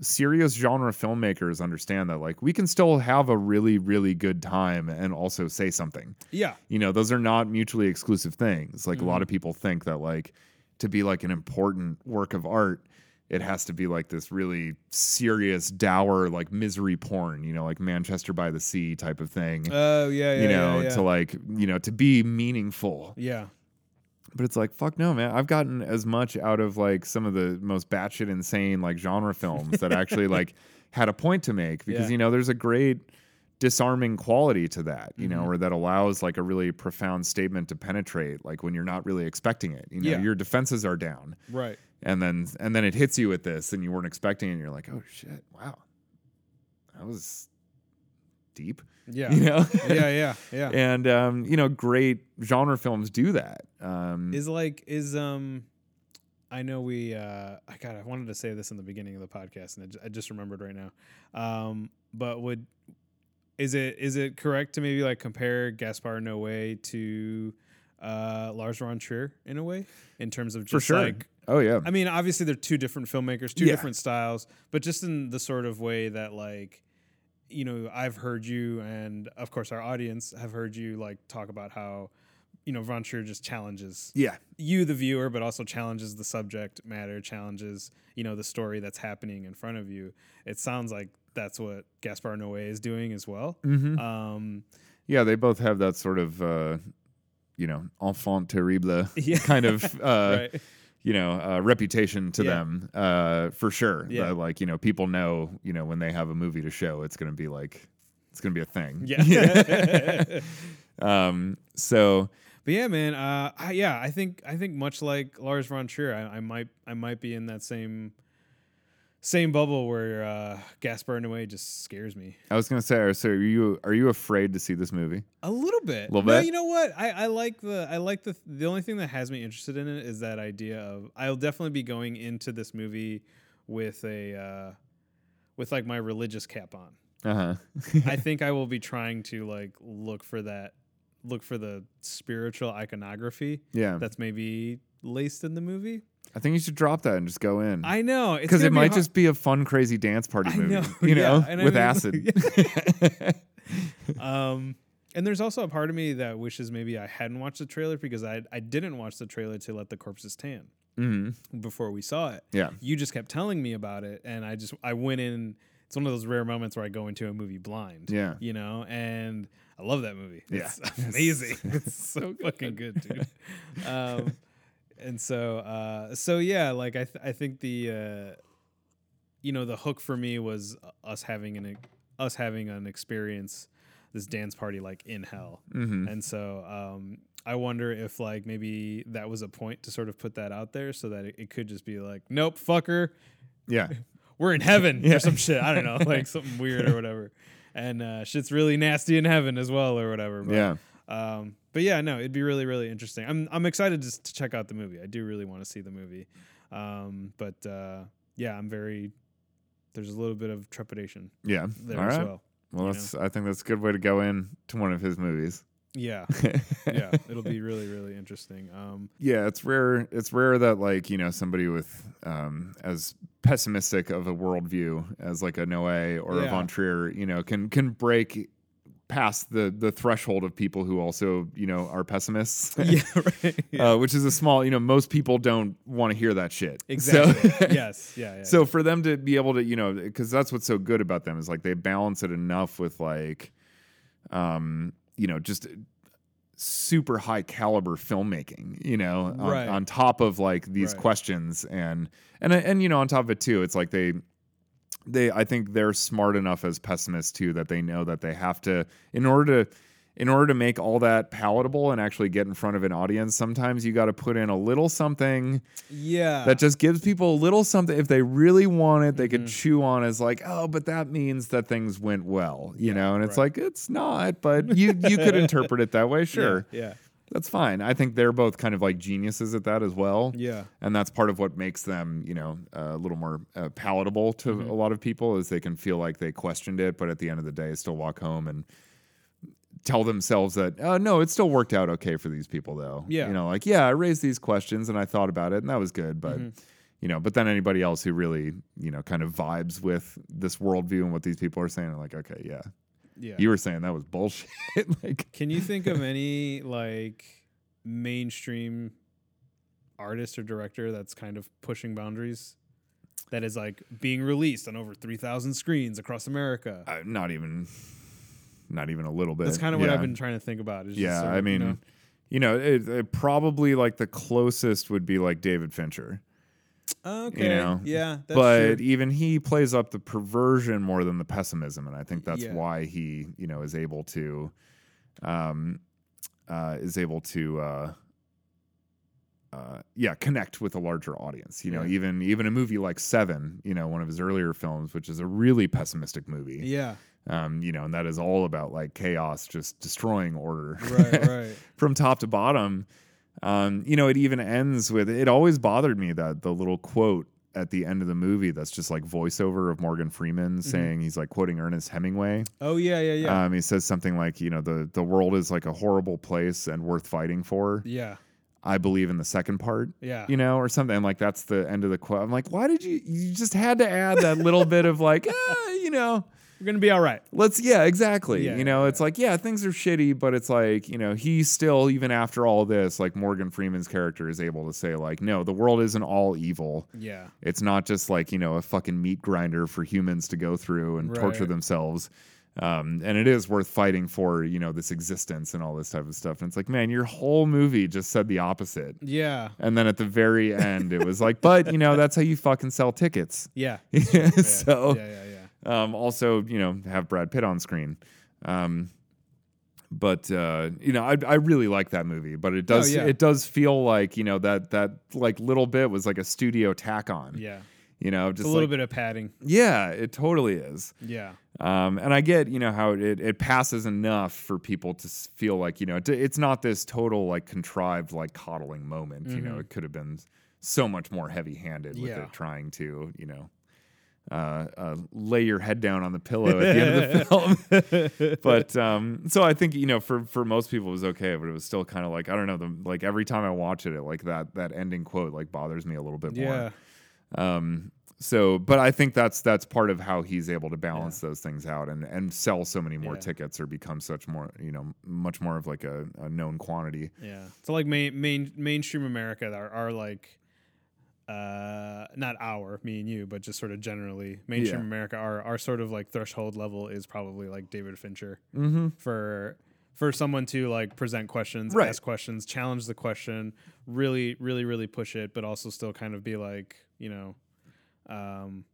[SPEAKER 3] serious genre filmmakers understand that like we can still have a really really good time and also say something.
[SPEAKER 2] Yeah,
[SPEAKER 3] You know, those are not mutually exclusive things. Like a lot of people think that like to be like an important work of art. It has to be like this really serious, dour, like misery porn, you know, like Manchester by the Sea type of thing
[SPEAKER 2] oh yeah, yeah.
[SPEAKER 3] you know,
[SPEAKER 2] yeah, yeah.
[SPEAKER 3] to like, you know, to be meaningful.
[SPEAKER 2] yeah,
[SPEAKER 3] But it's like, fuck no, man. I've gotten as much out of like some of the most batshit insane like genre films that actually
[SPEAKER 2] [LAUGHS]
[SPEAKER 3] like had a point to make because,
[SPEAKER 2] Yeah.
[SPEAKER 3] you know, there's a great disarming quality to that, you
[SPEAKER 2] Mm-hmm.
[SPEAKER 3] know, or that allows like a really profound statement to penetrate like when you're not really expecting it. You know,
[SPEAKER 2] Yeah.
[SPEAKER 3] your defenses are down
[SPEAKER 2] right.
[SPEAKER 3] and then and then it hits you with this and you weren't expecting it and you're like, oh shit, wow. That was deep. [LAUGHS]
[SPEAKER 2] Yeah,
[SPEAKER 3] You
[SPEAKER 2] yeah,
[SPEAKER 3] know?
[SPEAKER 2] yeah, yeah.
[SPEAKER 3] and um, you know, great genre films do that. Um,
[SPEAKER 2] is like is um i know we uh i god i wanted to say this in the beginning of the podcast and i ju- I just remembered right now um but would is it is it correct to maybe like compare gaspar noé to uh lars von trier in a way in terms of just
[SPEAKER 3] for sure.
[SPEAKER 2] like
[SPEAKER 3] oh yeah,
[SPEAKER 2] I mean, obviously they're two different filmmakers, two
[SPEAKER 3] Yeah.
[SPEAKER 2] different styles, but just in the sort of way that like you know, I've heard you and of course our audience have heard you like talk about how you know, Von Trier just challenges
[SPEAKER 3] yeah,
[SPEAKER 2] you the viewer but also challenges the subject matter, challenges, you know, the story that's happening in front of you. It sounds like that's what Gaspar Noé is doing as well.
[SPEAKER 3] Mhm.
[SPEAKER 2] Um [LAUGHS]
[SPEAKER 3] yeah. They both have that sort of uh, you know enfant terrible
[SPEAKER 2] Yeah.
[SPEAKER 3] kind
[SPEAKER 2] [LAUGHS]
[SPEAKER 3] of uh,
[SPEAKER 2] right.
[SPEAKER 3] you know uh, reputation to
[SPEAKER 2] Yeah.
[SPEAKER 3] them uh, for sure.
[SPEAKER 2] Yeah.
[SPEAKER 3] That, like you know, people know you know when they have a movie to show, it's gonna be like it's gonna be a thing. [LAUGHS]
[SPEAKER 2] Yeah. [LAUGHS]
[SPEAKER 3] um. So
[SPEAKER 2] But yeah, man. Uh, I, yeah, I think I think much like Lars von Trier, I, I might I might be in that same same bubble where uh, Gaspar Noé just scares me
[SPEAKER 3] I was gonna say, so are you are you afraid to see this movie?
[SPEAKER 2] a little bit.
[SPEAKER 3] Little
[SPEAKER 2] No,
[SPEAKER 3] bit?
[SPEAKER 2] you know what? I, I like the I like the the only thing that has me interested in it is that idea of I'll definitely be going into this movie with a uh, with like my religious cap on.
[SPEAKER 3] Uh huh. [LAUGHS]
[SPEAKER 2] I think I will be trying to like look for that, look for the spiritual iconography
[SPEAKER 3] yeah.
[SPEAKER 2] that's maybe laced in the movie.
[SPEAKER 3] I think you should drop that and just go in.
[SPEAKER 2] I know it's
[SPEAKER 3] Because
[SPEAKER 2] gonna
[SPEAKER 3] it
[SPEAKER 2] be
[SPEAKER 3] might
[SPEAKER 2] hard-
[SPEAKER 3] just be a fun, crazy dance party
[SPEAKER 2] I
[SPEAKER 3] movie,
[SPEAKER 2] know,
[SPEAKER 3] [LAUGHS] you know,
[SPEAKER 2] yeah, and I
[SPEAKER 3] with
[SPEAKER 2] mean, [LAUGHS]
[SPEAKER 3] acid. [LAUGHS]
[SPEAKER 2] Um, and there's also a part of me that wishes maybe I hadn't watched the trailer because I I didn't watch the trailer to let the corpses tan
[SPEAKER 3] hmm
[SPEAKER 2] before we saw it.
[SPEAKER 3] Yeah.
[SPEAKER 2] You just kept telling me about it, and I just I went in. It's one of those rare moments where I go into a movie blind.
[SPEAKER 3] Yeah.
[SPEAKER 2] You know, and I love that movie.
[SPEAKER 3] Yeah. [LAUGHS]
[SPEAKER 2] It's amazing. it's so fucking
[SPEAKER 3] [LAUGHS]
[SPEAKER 2] good, dude. Um, and so, uh, so yeah, like I, th- I think the, uh, you know, the hook for me was uh, us having an, us having an experience, this dance party like in hell.
[SPEAKER 3] hmm
[SPEAKER 2] And so um, I wonder if like maybe that was a point to sort of put that out there so that it, it could just be like, nope, fucker,
[SPEAKER 3] Yeah.
[SPEAKER 2] we're in
[SPEAKER 3] [LAUGHS]
[SPEAKER 2] heaven or some shit. I don't know, like something weird or whatever. And uh, shit's really nasty in heaven as well or whatever. But,
[SPEAKER 3] Yeah.
[SPEAKER 2] Um, but yeah, no, it'd be really really interesting. I'm I'm excited just to check out the movie. I do really want to see the movie. Um, but uh, yeah, I'm very. There's a little bit of trepidation
[SPEAKER 3] Yeah.
[SPEAKER 2] there
[SPEAKER 3] All
[SPEAKER 2] as
[SPEAKER 3] right.
[SPEAKER 2] well.
[SPEAKER 3] Well,
[SPEAKER 2] you
[SPEAKER 3] that's, I think that's a good way to go in to one of his movies. [LAUGHS]
[SPEAKER 2] Yeah, yeah, it'll be really really interesting. Um,
[SPEAKER 3] yeah it's rare it's rare that like you know somebody with um as pessimistic of a worldview as like a noé or a
[SPEAKER 2] Yeah.
[SPEAKER 3] von trier you know can can break past the the threshold of people who also you know are pessimists [LAUGHS]
[SPEAKER 2] [LAUGHS] yeah, right.
[SPEAKER 3] uh, which is a small you know most people don't want to hear that shit So-
[SPEAKER 2] Exactly.
[SPEAKER 3] [LAUGHS]
[SPEAKER 2] yes. Yeah. yeah.
[SPEAKER 3] so for them to be able to you know because that's what's so good about them is like they balance it enough with like um you know just super high caliber filmmaking you know on,
[SPEAKER 2] Right.
[SPEAKER 3] on top of like these
[SPEAKER 2] Right.
[SPEAKER 3] questions and and and you know on top of it too it's like they they i think they're smart enough as pessimists too that they know that they have to in order to in order to make all that palatable and actually get in front of an audience sometimes you got to put in a little something
[SPEAKER 2] yeah.
[SPEAKER 3] that just gives people a little something if they really want it they
[SPEAKER 2] Mm-hmm.
[SPEAKER 3] could chew on as like oh but that means that things went well you know and it's
[SPEAKER 2] right.
[SPEAKER 3] like it's not
[SPEAKER 2] [LAUGHS]
[SPEAKER 3] but you you could interpret it that way sure
[SPEAKER 2] Yeah.
[SPEAKER 3] that's fine i think they're both kind of like geniuses at that as well
[SPEAKER 2] Yeah.
[SPEAKER 3] and that's part of what makes them you know a little more uh, palatable to
[SPEAKER 2] Mm-hmm.
[SPEAKER 3] a lot of people is they can feel like they questioned it but at the end of the day still walk home and tell themselves that uh, no it still worked out okay for these people though
[SPEAKER 2] Yeah.
[SPEAKER 3] you know like yeah i raised these questions and i thought about it and that was good
[SPEAKER 2] Mm-hmm.
[SPEAKER 3] but you know but then anybody else who really you know kind of vibes with this worldview and what these people are saying are like okay yeah,
[SPEAKER 2] Yeah.
[SPEAKER 3] you were saying that was bullshit [LAUGHS] like
[SPEAKER 2] Can you think of any like mainstream artist or director that's kind of pushing boundaries? That is like being released on over three thousand screens across America.
[SPEAKER 3] uh, not even not even a little bit
[SPEAKER 2] That's kind of what I've
[SPEAKER 3] Yeah.
[SPEAKER 2] been trying to think about. is just
[SPEAKER 3] Yeah,
[SPEAKER 2] sort
[SPEAKER 3] I
[SPEAKER 2] of, you
[SPEAKER 3] mean,
[SPEAKER 2] know,
[SPEAKER 3] you know, it, it probably like the closest would be like David Fincher,
[SPEAKER 2] Oh, okay,
[SPEAKER 3] know,
[SPEAKER 2] yeah, that's
[SPEAKER 3] but
[SPEAKER 2] true.
[SPEAKER 3] even he plays up the perversion more than the pessimism, and I think that's
[SPEAKER 2] Yeah.
[SPEAKER 3] why he, you know, is able to, um, uh, is able to, uh, uh, yeah, connect with a larger audience. You know,
[SPEAKER 2] Yeah.
[SPEAKER 3] even even a movie like Seven, you know, one of his earlier films, which is a really pessimistic movie. [LAUGHS]
[SPEAKER 2] yeah,
[SPEAKER 3] Um, you know, and that is all about like chaos, just destroying order.
[SPEAKER 2] right, right,
[SPEAKER 3] from top to bottom. Um, you know, it even ends with it always bothered me that the little quote at the end of the movie that's just like voiceover of Morgan Freeman saying he's like quoting Ernest Hemingway.
[SPEAKER 2] oh yeah, yeah, Mm-hmm. yeah,
[SPEAKER 3] Um, he says something like, you know, the the world is like a horrible place and worth fighting for.
[SPEAKER 2] yeah,
[SPEAKER 3] I believe in the second part.
[SPEAKER 2] yeah,
[SPEAKER 3] You know, or something And, like that's the end of the quote. I'm like, why did you? You just had to add that little bit of
[SPEAKER 2] [LAUGHS]
[SPEAKER 3] like, ah, you know,
[SPEAKER 2] we're gonna be all right.
[SPEAKER 3] Let's yeah, exactly.
[SPEAKER 2] Yeah,
[SPEAKER 3] you know, it's like yeah, things are shitty, but it's like you know, he still even after all this, like Morgan Freeman's character is able to say like, no, the world isn't all evil.
[SPEAKER 2] Yeah,
[SPEAKER 3] It's not just like you know a fucking meat grinder for humans to go through and torture
[SPEAKER 2] Right.
[SPEAKER 3] themselves. Um, and it is worth fighting for, you know, this existence and all this type of stuff. And it's like, man, your whole movie just said the opposite.
[SPEAKER 2] yeah,
[SPEAKER 3] And then at the very end, it was like, but you know, that's how you fucking sell tickets. [LAUGHS]
[SPEAKER 2] yeah,
[SPEAKER 3] so
[SPEAKER 2] yeah, yeah, yeah.
[SPEAKER 3] um, also, you know, have Brad Pitt on screen. Um, but uh, you know, I, I really like that movie, but it does
[SPEAKER 2] Oh, yeah.
[SPEAKER 3] it does feel like you know that that like little bit was like a studio tack on. [LAUGHS]
[SPEAKER 2] Yeah.
[SPEAKER 3] You know,
[SPEAKER 2] It's
[SPEAKER 3] just
[SPEAKER 2] a little
[SPEAKER 3] like-
[SPEAKER 2] bit of padding.
[SPEAKER 3] Yeah, it totally is.
[SPEAKER 2] Yeah.
[SPEAKER 3] Um, and I get you know how it it passes enough for people to s- feel like you know it, it's not this total like contrived like coddling moment. You know, it could have been so much more heavy handed with
[SPEAKER 2] Yeah.
[SPEAKER 3] it trying to you know uh, uh, lay your head down on the pillow at [LAUGHS] the end
[SPEAKER 2] [LAUGHS]
[SPEAKER 3] of the film. [LAUGHS] but um, so I think you know, for for most people, it was okay, but it was still kind of like I don't know, the, like every time I watch it, it like that that ending quote like bothers me a little bit more.
[SPEAKER 2] yeah.
[SPEAKER 3] Um, so, but I think that's that's part of how he's able to balance those things out and and sell so many more
[SPEAKER 2] Yeah.
[SPEAKER 3] tickets or become such more you know much more of like a, a known quantity.
[SPEAKER 2] Yeah. So like main main mainstream America are, are like uh not our me and you but just sort of generally mainstream
[SPEAKER 3] Yeah.
[SPEAKER 2] america our our sort of like threshold level is probably like david fincher
[SPEAKER 3] Mm-hmm.
[SPEAKER 2] for for someone to like present questions
[SPEAKER 3] Right.
[SPEAKER 2] ask questions challenge the question really really really push it but also still kind of be like you know um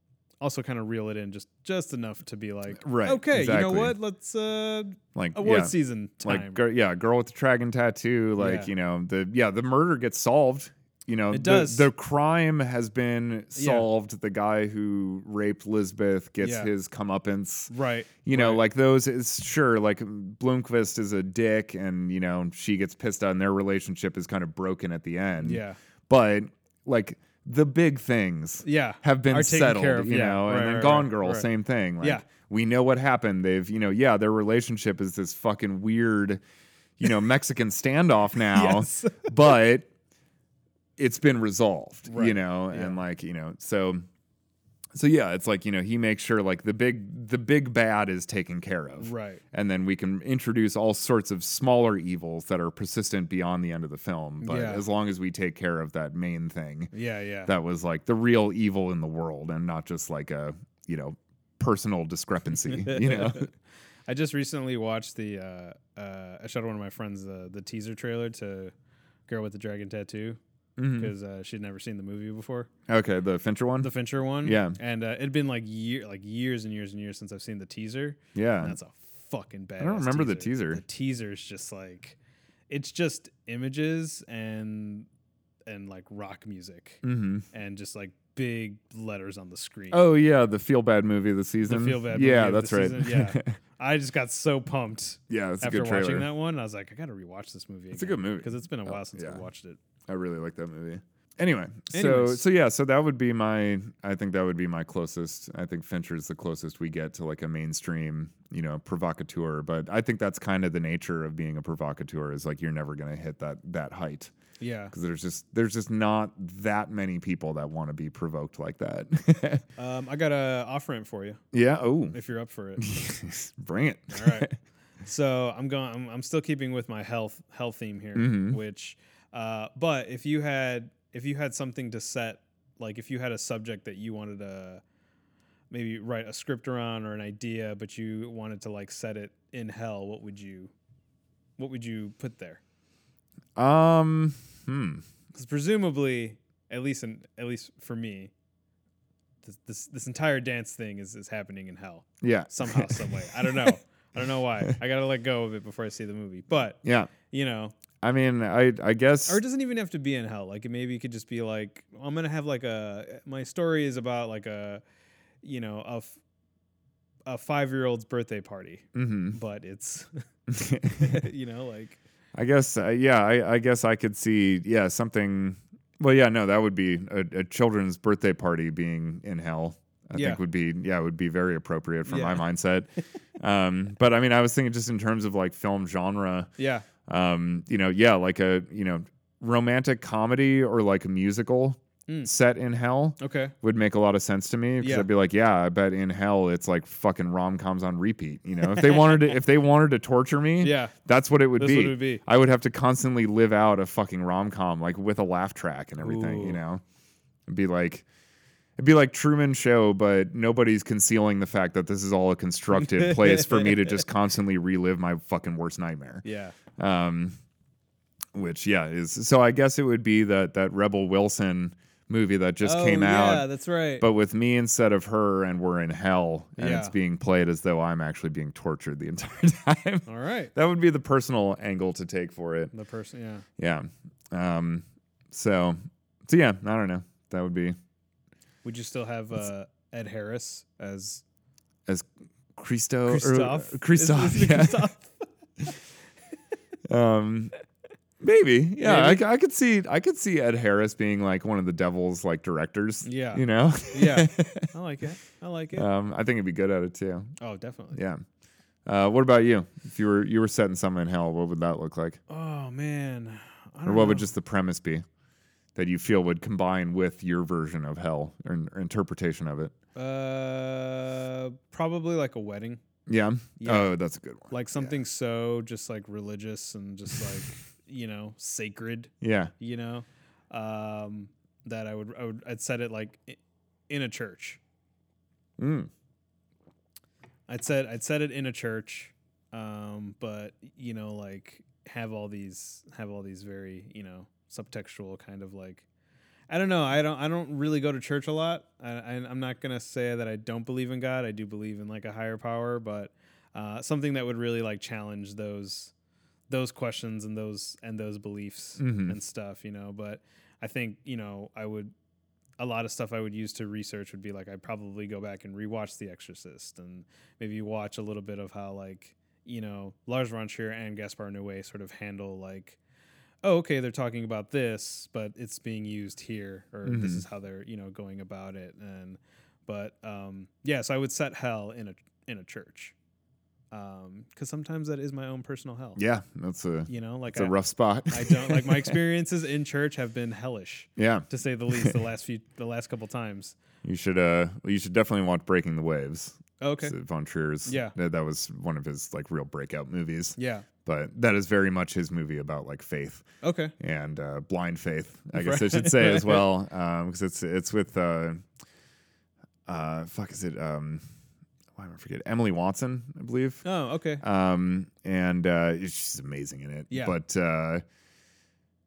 [SPEAKER 2] also kind of reel it in just just enough to be like
[SPEAKER 3] Right,
[SPEAKER 2] okay you
[SPEAKER 3] exactly.
[SPEAKER 2] know what let's uh
[SPEAKER 3] Like
[SPEAKER 2] award
[SPEAKER 3] yeah.
[SPEAKER 2] season time
[SPEAKER 3] like gir- yeah, girl with the dragon tattoo. Like
[SPEAKER 2] Yeah.
[SPEAKER 3] you know the yeah the murder gets solved. You know
[SPEAKER 2] It
[SPEAKER 3] the,
[SPEAKER 2] does.
[SPEAKER 3] the crime has been solved. The guy who raped Lisbeth gets
[SPEAKER 2] Yeah.
[SPEAKER 3] his comeuppance.
[SPEAKER 2] right
[SPEAKER 3] You know,
[SPEAKER 2] right.
[SPEAKER 3] like those is sure. Like Bloomquist is a dick, and you know she gets pissed on. Their relationship is kind of broken at the end.
[SPEAKER 2] yeah
[SPEAKER 3] but like the big things
[SPEAKER 2] yeah
[SPEAKER 3] have been
[SPEAKER 2] Are taken
[SPEAKER 3] settled,
[SPEAKER 2] care of,
[SPEAKER 3] you
[SPEAKER 2] yeah,
[SPEAKER 3] know,
[SPEAKER 2] right,
[SPEAKER 3] and then
[SPEAKER 2] right,
[SPEAKER 3] Gone
[SPEAKER 2] right,
[SPEAKER 3] Girl,
[SPEAKER 2] right.
[SPEAKER 3] same thing. Like,
[SPEAKER 2] Yeah.
[SPEAKER 3] we know what happened. They've, you know, yeah, their relationship is this fucking weird, you know, Mexican
[SPEAKER 2] [LAUGHS]
[SPEAKER 3] standoff [LAUGHS] now,
[SPEAKER 2] Yes.
[SPEAKER 3] but it's been resolved, you
[SPEAKER 2] Right,
[SPEAKER 3] know, and
[SPEAKER 2] yeah.
[SPEAKER 3] like, you know, so. So yeah, it's like you know he makes sure like the big the big bad is taken care of,
[SPEAKER 2] right
[SPEAKER 3] and then we can introduce all sorts of smaller evils that are persistent beyond the end of the film. But
[SPEAKER 2] Yeah.
[SPEAKER 3] as long as we take care of that main thing,
[SPEAKER 2] Yeah, yeah.
[SPEAKER 3] that was like the real evil in the world and not just like a you know personal discrepancy [LAUGHS] you
[SPEAKER 2] [LAUGHS]
[SPEAKER 3] know
[SPEAKER 2] I just recently watched the. Uh, uh, I showed one of my friends uh, the the teaser trailer to "Girl with the Dragon Tattoo"
[SPEAKER 3] Mm.
[SPEAKER 2] because uh, she'd never seen the movie before,
[SPEAKER 3] Mm-hmm. okay the fincher one
[SPEAKER 2] the Fincher one.
[SPEAKER 3] Yeah.
[SPEAKER 2] and uh, it'd been like year, like years and years and years since I've seen the teaser.
[SPEAKER 3] yeah
[SPEAKER 2] And that's a fucking bad.
[SPEAKER 3] remember the teaser.
[SPEAKER 2] The teaser's just like, it's just images and and like rock music
[SPEAKER 3] hmm
[SPEAKER 2] and just like big letters on the screen.
[SPEAKER 3] oh yeah the feel bad movie of the season
[SPEAKER 2] feel bad
[SPEAKER 3] yeah
[SPEAKER 2] movie of
[SPEAKER 3] that's
[SPEAKER 2] the
[SPEAKER 3] right
[SPEAKER 2] season, I just got so pumped.
[SPEAKER 3] [LAUGHS] yeah that's a
[SPEAKER 2] after
[SPEAKER 3] good
[SPEAKER 2] watching
[SPEAKER 3] trailer
[SPEAKER 2] that one, I was like, I gotta rewatch this movie.
[SPEAKER 3] It's a good movie. Oh,
[SPEAKER 2] because it's been a while since
[SPEAKER 3] yeah.
[SPEAKER 2] I watched it.
[SPEAKER 3] i really like that movie anyway so
[SPEAKER 2] Anyways.
[SPEAKER 3] so yeah so that would be my i think that would be my closest i think fincher's the closest we get to like a mainstream you know provocateur but i think that's kind of the nature of being a provocateur is like you're never going to hit that that height
[SPEAKER 2] Yeah,
[SPEAKER 3] because there's just there's just not that many people that want to be provoked like that. [LAUGHS]
[SPEAKER 2] um, I got a off ramp for you
[SPEAKER 3] yeah. Oh,
[SPEAKER 2] if you're up for it.
[SPEAKER 3] [LAUGHS] bring it.
[SPEAKER 2] All right. So I'm going. I'm, I'm still keeping with my health health theme here, which, uh, but if you had if you had something to set, like if you had a subject that you wanted to maybe write a script around or an idea, but you wanted to like set it in hell, what would you, what would you put there?
[SPEAKER 3] [LAUGHS] Um. Hmm.
[SPEAKER 2] because presumably, at least in, at least for me, this, this this entire dance thing is is happening in hell
[SPEAKER 3] Yeah.
[SPEAKER 2] somehow, some way. I don't know. I don't know why. I gotta let go of it before I see the movie. But
[SPEAKER 3] Yeah.
[SPEAKER 2] you know,
[SPEAKER 3] I mean, I I guess.
[SPEAKER 2] or it doesn't even have to be in hell. Like maybe it could just be like I'm gonna have like a my story is about like a you know a f- a five year old's birthday party,
[SPEAKER 3] hmm
[SPEAKER 2] but it's [LAUGHS] you know like
[SPEAKER 3] [LAUGHS] I guess. Uh, yeah. I, I guess I could see. Yeah. Something. Well. Yeah. No. That would be a, a children's birthday party being in hell. I
[SPEAKER 2] Yeah.
[SPEAKER 3] think would be yeah would be very appropriate for
[SPEAKER 2] Yeah.
[SPEAKER 3] my
[SPEAKER 2] [LAUGHS]
[SPEAKER 3] mindset. um. But I mean, I was thinking just in terms of like film genre.
[SPEAKER 2] yeah
[SPEAKER 3] um, you know, yeah, like a you know romantic comedy or like a musical
[SPEAKER 2] Mm.
[SPEAKER 3] set in hell
[SPEAKER 2] okay
[SPEAKER 3] would make a lot of sense to me because
[SPEAKER 2] Yeah.
[SPEAKER 3] I'd be like, yeah, I bet in hell it's like fucking rom coms on repeat. You know, if
[SPEAKER 2] [LAUGHS]
[SPEAKER 3] they wanted to, if they wanted to torture me,
[SPEAKER 2] yeah
[SPEAKER 3] that's what it would
[SPEAKER 2] that's
[SPEAKER 3] be.
[SPEAKER 2] what it would be.
[SPEAKER 3] I would have to constantly live out a fucking rom com like with a laugh track and everything. You
[SPEAKER 2] Ooh.
[SPEAKER 3] know, it'd be like. It'd be like Truman Show, but nobody's concealing the fact that this is all a constructed place for me to
[SPEAKER 2] [LAUGHS]
[SPEAKER 3] just constantly relive my fucking worst nightmare
[SPEAKER 2] yeah
[SPEAKER 3] um, which yeah is so I guess it would be that that Rebel Wilson movie that just
[SPEAKER 2] oh,
[SPEAKER 3] came
[SPEAKER 2] yeah
[SPEAKER 3] out,
[SPEAKER 2] that's right
[SPEAKER 3] but with me instead of her, and we're in hell, and it's
[SPEAKER 2] Yeah.
[SPEAKER 3] being played as though I'm actually being tortured the [LAUGHS] entire time.
[SPEAKER 2] all right
[SPEAKER 3] that would be the personal angle to take for it.
[SPEAKER 2] The person, yeah.
[SPEAKER 3] Yeah. Um. So, so yeah, I don't know. That would be
[SPEAKER 2] Would you still have uh, Ed Harris as
[SPEAKER 3] as Christo er, or-
[SPEAKER 2] Christoph?
[SPEAKER 3] [LAUGHS]
[SPEAKER 2] Is-
[SPEAKER 3] Christoph.
[SPEAKER 2] is it
[SPEAKER 3] yeah.
[SPEAKER 2] Christoph?
[SPEAKER 3] Um, Maybe, yeah. I
[SPEAKER 2] Maybe.
[SPEAKER 3] c I I, could see, I could see Ed Harris being like one of the devil's like directors.
[SPEAKER 2] Yeah.
[SPEAKER 3] you
[SPEAKER 2] [LAUGHS]
[SPEAKER 3] know.
[SPEAKER 2] Yeah, I like it. I like it.
[SPEAKER 3] um, I think he'd be good at it too.
[SPEAKER 2] oh, definitely.
[SPEAKER 3] Yeah. Uh, what about you? If you were you were setting something in hell, what would that look like,
[SPEAKER 2] Oh man, I
[SPEAKER 3] or
[SPEAKER 2] don't
[SPEAKER 3] what would
[SPEAKER 2] know.
[SPEAKER 3] just the premise be that you feel would combine with your version of hell or, n- or interpretation of it?
[SPEAKER 2] uh probably like a wedding,
[SPEAKER 3] Yeah.
[SPEAKER 2] Yeah.
[SPEAKER 3] Oh, that's a good one.
[SPEAKER 2] like something so just like religious and just like you know sacred,
[SPEAKER 3] Yeah.
[SPEAKER 2] you know, um that I would I would I'd set it like i- in a church.
[SPEAKER 3] Mm.
[SPEAKER 2] I'd said I'd set it in a church, um, but you know, like have all these have all these very you know subtextual kind of like I don't know I don't I don't really go to church a lot. I, I I'm not gonna say that I don't believe in God. I do believe in like a higher power, but uh, something that would really like challenge those those questions and those and those beliefs
[SPEAKER 3] Mhm.
[SPEAKER 2] and stuff, you know. But I think you know I would a lot of stuff I would use to research would be like I'd probably go back and rewatch The Exorcist and maybe watch a little bit of how like you know Lars von Trier and Gaspar Noé sort of handle like oh okay they're talking about this but it's being used here or this
[SPEAKER 3] Mhm.
[SPEAKER 2] is how they're you know going about it and but um yeah so I would set hell in a in a church um cuz sometimes that is my own personal hell
[SPEAKER 3] Yeah. That's a
[SPEAKER 2] you know like
[SPEAKER 3] it's a
[SPEAKER 2] I,
[SPEAKER 3] rough spot.
[SPEAKER 2] I don't like
[SPEAKER 3] [LAUGHS]
[SPEAKER 2] my experiences in church have been hellish
[SPEAKER 3] yeah.
[SPEAKER 2] to say the least the last few the last couple times
[SPEAKER 3] You should uh well, you should definitely watch Breaking the Waves.
[SPEAKER 2] okay
[SPEAKER 3] So Von Trier's
[SPEAKER 2] Yeah.
[SPEAKER 3] that, that was one of his like real breakout movies.
[SPEAKER 2] yeah
[SPEAKER 3] But that is very much his movie about like faith
[SPEAKER 2] okay
[SPEAKER 3] and uh, blind faith, I guess I should say as well, because it's it's with uh, uh, fuck is it um, why am I forget Emily Watson, I believe,
[SPEAKER 2] oh okay
[SPEAKER 3] um, and uh, she's amazing in it.
[SPEAKER 2] Yeah.
[SPEAKER 3] but uh,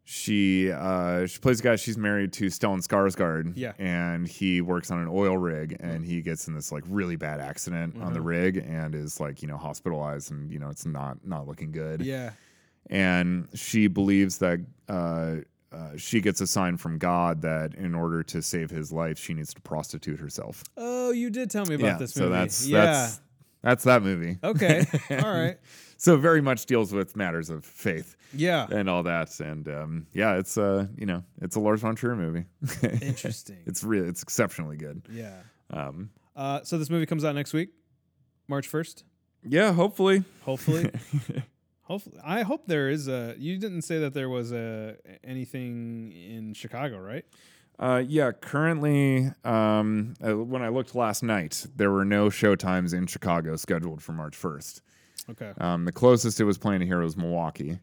[SPEAKER 3] she uh, she plays a guy she's married to Stellan Skarsgård.
[SPEAKER 2] Yeah.
[SPEAKER 3] and he works on an oil rig, and he gets in this like really bad accident on
[SPEAKER 2] Mm-hmm.
[SPEAKER 3] the rig, and is like you know hospitalized, and you know it's not not looking good
[SPEAKER 2] yeah
[SPEAKER 3] and she believes that uh, uh, she gets a sign from God that in order to save his life, she needs to prostitute herself.
[SPEAKER 2] Oh, you did tell me about this movie.
[SPEAKER 3] so that's
[SPEAKER 2] yeah.
[SPEAKER 3] that's that's that movie. [LAUGHS]
[SPEAKER 2] okay. All right.
[SPEAKER 3] So it very much deals with matters of faith
[SPEAKER 2] Yeah.
[SPEAKER 3] and all that, and um, yeah, it's uh, you know it's a Lars von Trier movie.
[SPEAKER 2] Interesting.
[SPEAKER 3] [LAUGHS] it's really it's exceptionally good.
[SPEAKER 2] yeah.
[SPEAKER 3] Um,
[SPEAKER 2] Uh, so this movie comes out next week, March first.
[SPEAKER 3] yeah, hopefully. [LAUGHS]
[SPEAKER 2] Hopefully. hopefully. I hope there is a. You didn't say that there was a anything in Chicago, right?
[SPEAKER 3] Uh, yeah, currently, um, uh, when I looked last night, there were no show times in Chicago scheduled for March first.
[SPEAKER 2] Okay.
[SPEAKER 3] Um, the closest it was playing to here was Milwaukee.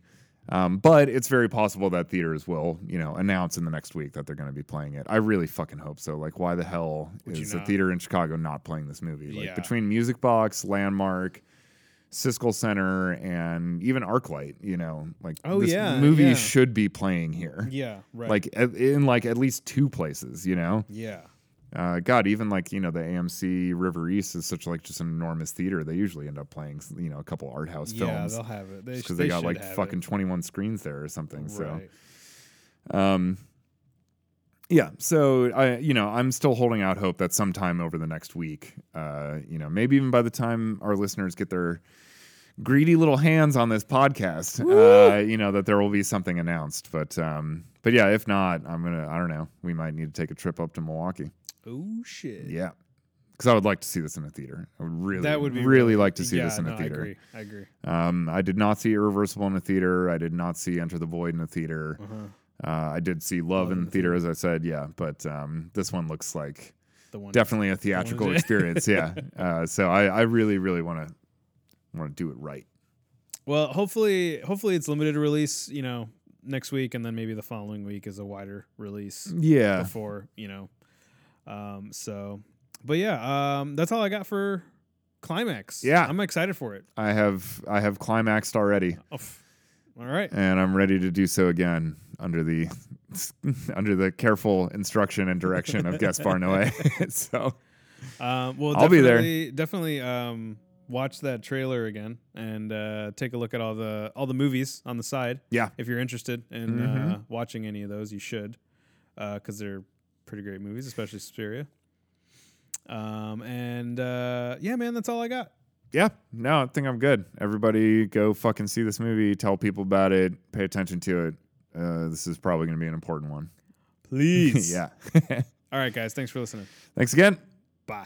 [SPEAKER 3] Um, but it's very possible that theaters will, you know, announce in the next week that they're going to be playing it. I really fucking hope so. Like, why the hell
[SPEAKER 2] you
[SPEAKER 3] is a
[SPEAKER 2] not?
[SPEAKER 3] theater in Chicago not playing this movie? Like,
[SPEAKER 2] Yeah.
[SPEAKER 3] between Music Box, Landmark, Siskel Center, and even ArcLight, you know, like
[SPEAKER 2] Oh,
[SPEAKER 3] this
[SPEAKER 2] yeah,
[SPEAKER 3] movie
[SPEAKER 2] yeah.
[SPEAKER 3] should be playing here.
[SPEAKER 2] Yeah. Right.
[SPEAKER 3] Like at, in like at least two places, you know.
[SPEAKER 2] Yeah.
[SPEAKER 3] Uh, God, even like you know the AMC River East is such like just an enormous theater. They usually end up playing you know a couple art house
[SPEAKER 2] Yeah.
[SPEAKER 3] films
[SPEAKER 2] They'll have it. They, sh-
[SPEAKER 3] because they, got
[SPEAKER 2] should
[SPEAKER 3] like
[SPEAKER 2] have it.
[SPEAKER 3] fucking 21 screens there or something.
[SPEAKER 2] Right.
[SPEAKER 3] So, um, yeah. So I, you know, I'm still holding out hope that sometime over the next week, uh, you know, maybe even by the time our listeners get their greedy little hands on this podcast, uh, you know, that there will be something announced. But, um, but yeah, if not, I'm gonna, I don't know, we might need to take a trip up to Milwaukee.
[SPEAKER 2] Oh shit.
[SPEAKER 3] Yeah. Because I would like to see this in a theater. I would really,
[SPEAKER 2] That would be
[SPEAKER 3] really, like to see
[SPEAKER 2] yeah,
[SPEAKER 3] this in
[SPEAKER 2] no,
[SPEAKER 3] a theater.
[SPEAKER 2] I agree. I agree.
[SPEAKER 3] Um, I did not see Irreversible in a theater. I did not see Enter the Void in a theater.
[SPEAKER 2] Uh-huh.
[SPEAKER 3] Uh, I did see Love, in the theater, as I said, yeah. But um, this one looks like
[SPEAKER 2] The one.
[SPEAKER 3] definitely a theatrical
[SPEAKER 2] did.
[SPEAKER 3] experience, [LAUGHS] yeah. Uh, so I, I really, really want to want to do it right.
[SPEAKER 2] Well, hopefully, hopefully it's limited release. You know, next week, and then maybe the following week is a wider release
[SPEAKER 3] Yeah,
[SPEAKER 2] before you know. Um. So, but yeah. Um. That's all I got for climax.
[SPEAKER 3] Yeah.
[SPEAKER 2] I'm excited for it.
[SPEAKER 3] I have I have climaxed already,
[SPEAKER 2] Oh, pff.
[SPEAKER 3] [LAUGHS]
[SPEAKER 2] all right.
[SPEAKER 3] and I'm ready to do so again under the [LAUGHS] under the careful instruction and direction of Gaspar Noé. [LAUGHS] so
[SPEAKER 2] Um. Well,
[SPEAKER 3] I'll be there.
[SPEAKER 2] definitely- Definitely. Um. Watch that trailer again and uh, take a look at all the all the movies on the side.
[SPEAKER 3] Yeah.
[SPEAKER 2] If you're interested in uh,
[SPEAKER 3] Mhm.
[SPEAKER 2] watching any of those, you should, because they're pretty great movies, especially Suspiria. Um, and uh, yeah, man, that's all I got.
[SPEAKER 3] yeah, no, I think I'm good. Everybody go fucking see this movie, tell people about it, pay attention to it. Uh, this is probably going to be an important one. [LAUGHS]
[SPEAKER 2] Please.
[SPEAKER 3] yeah. [LAUGHS]
[SPEAKER 2] All right, guys. Thanks for listening.
[SPEAKER 3] Thanks again.
[SPEAKER 2] Bye.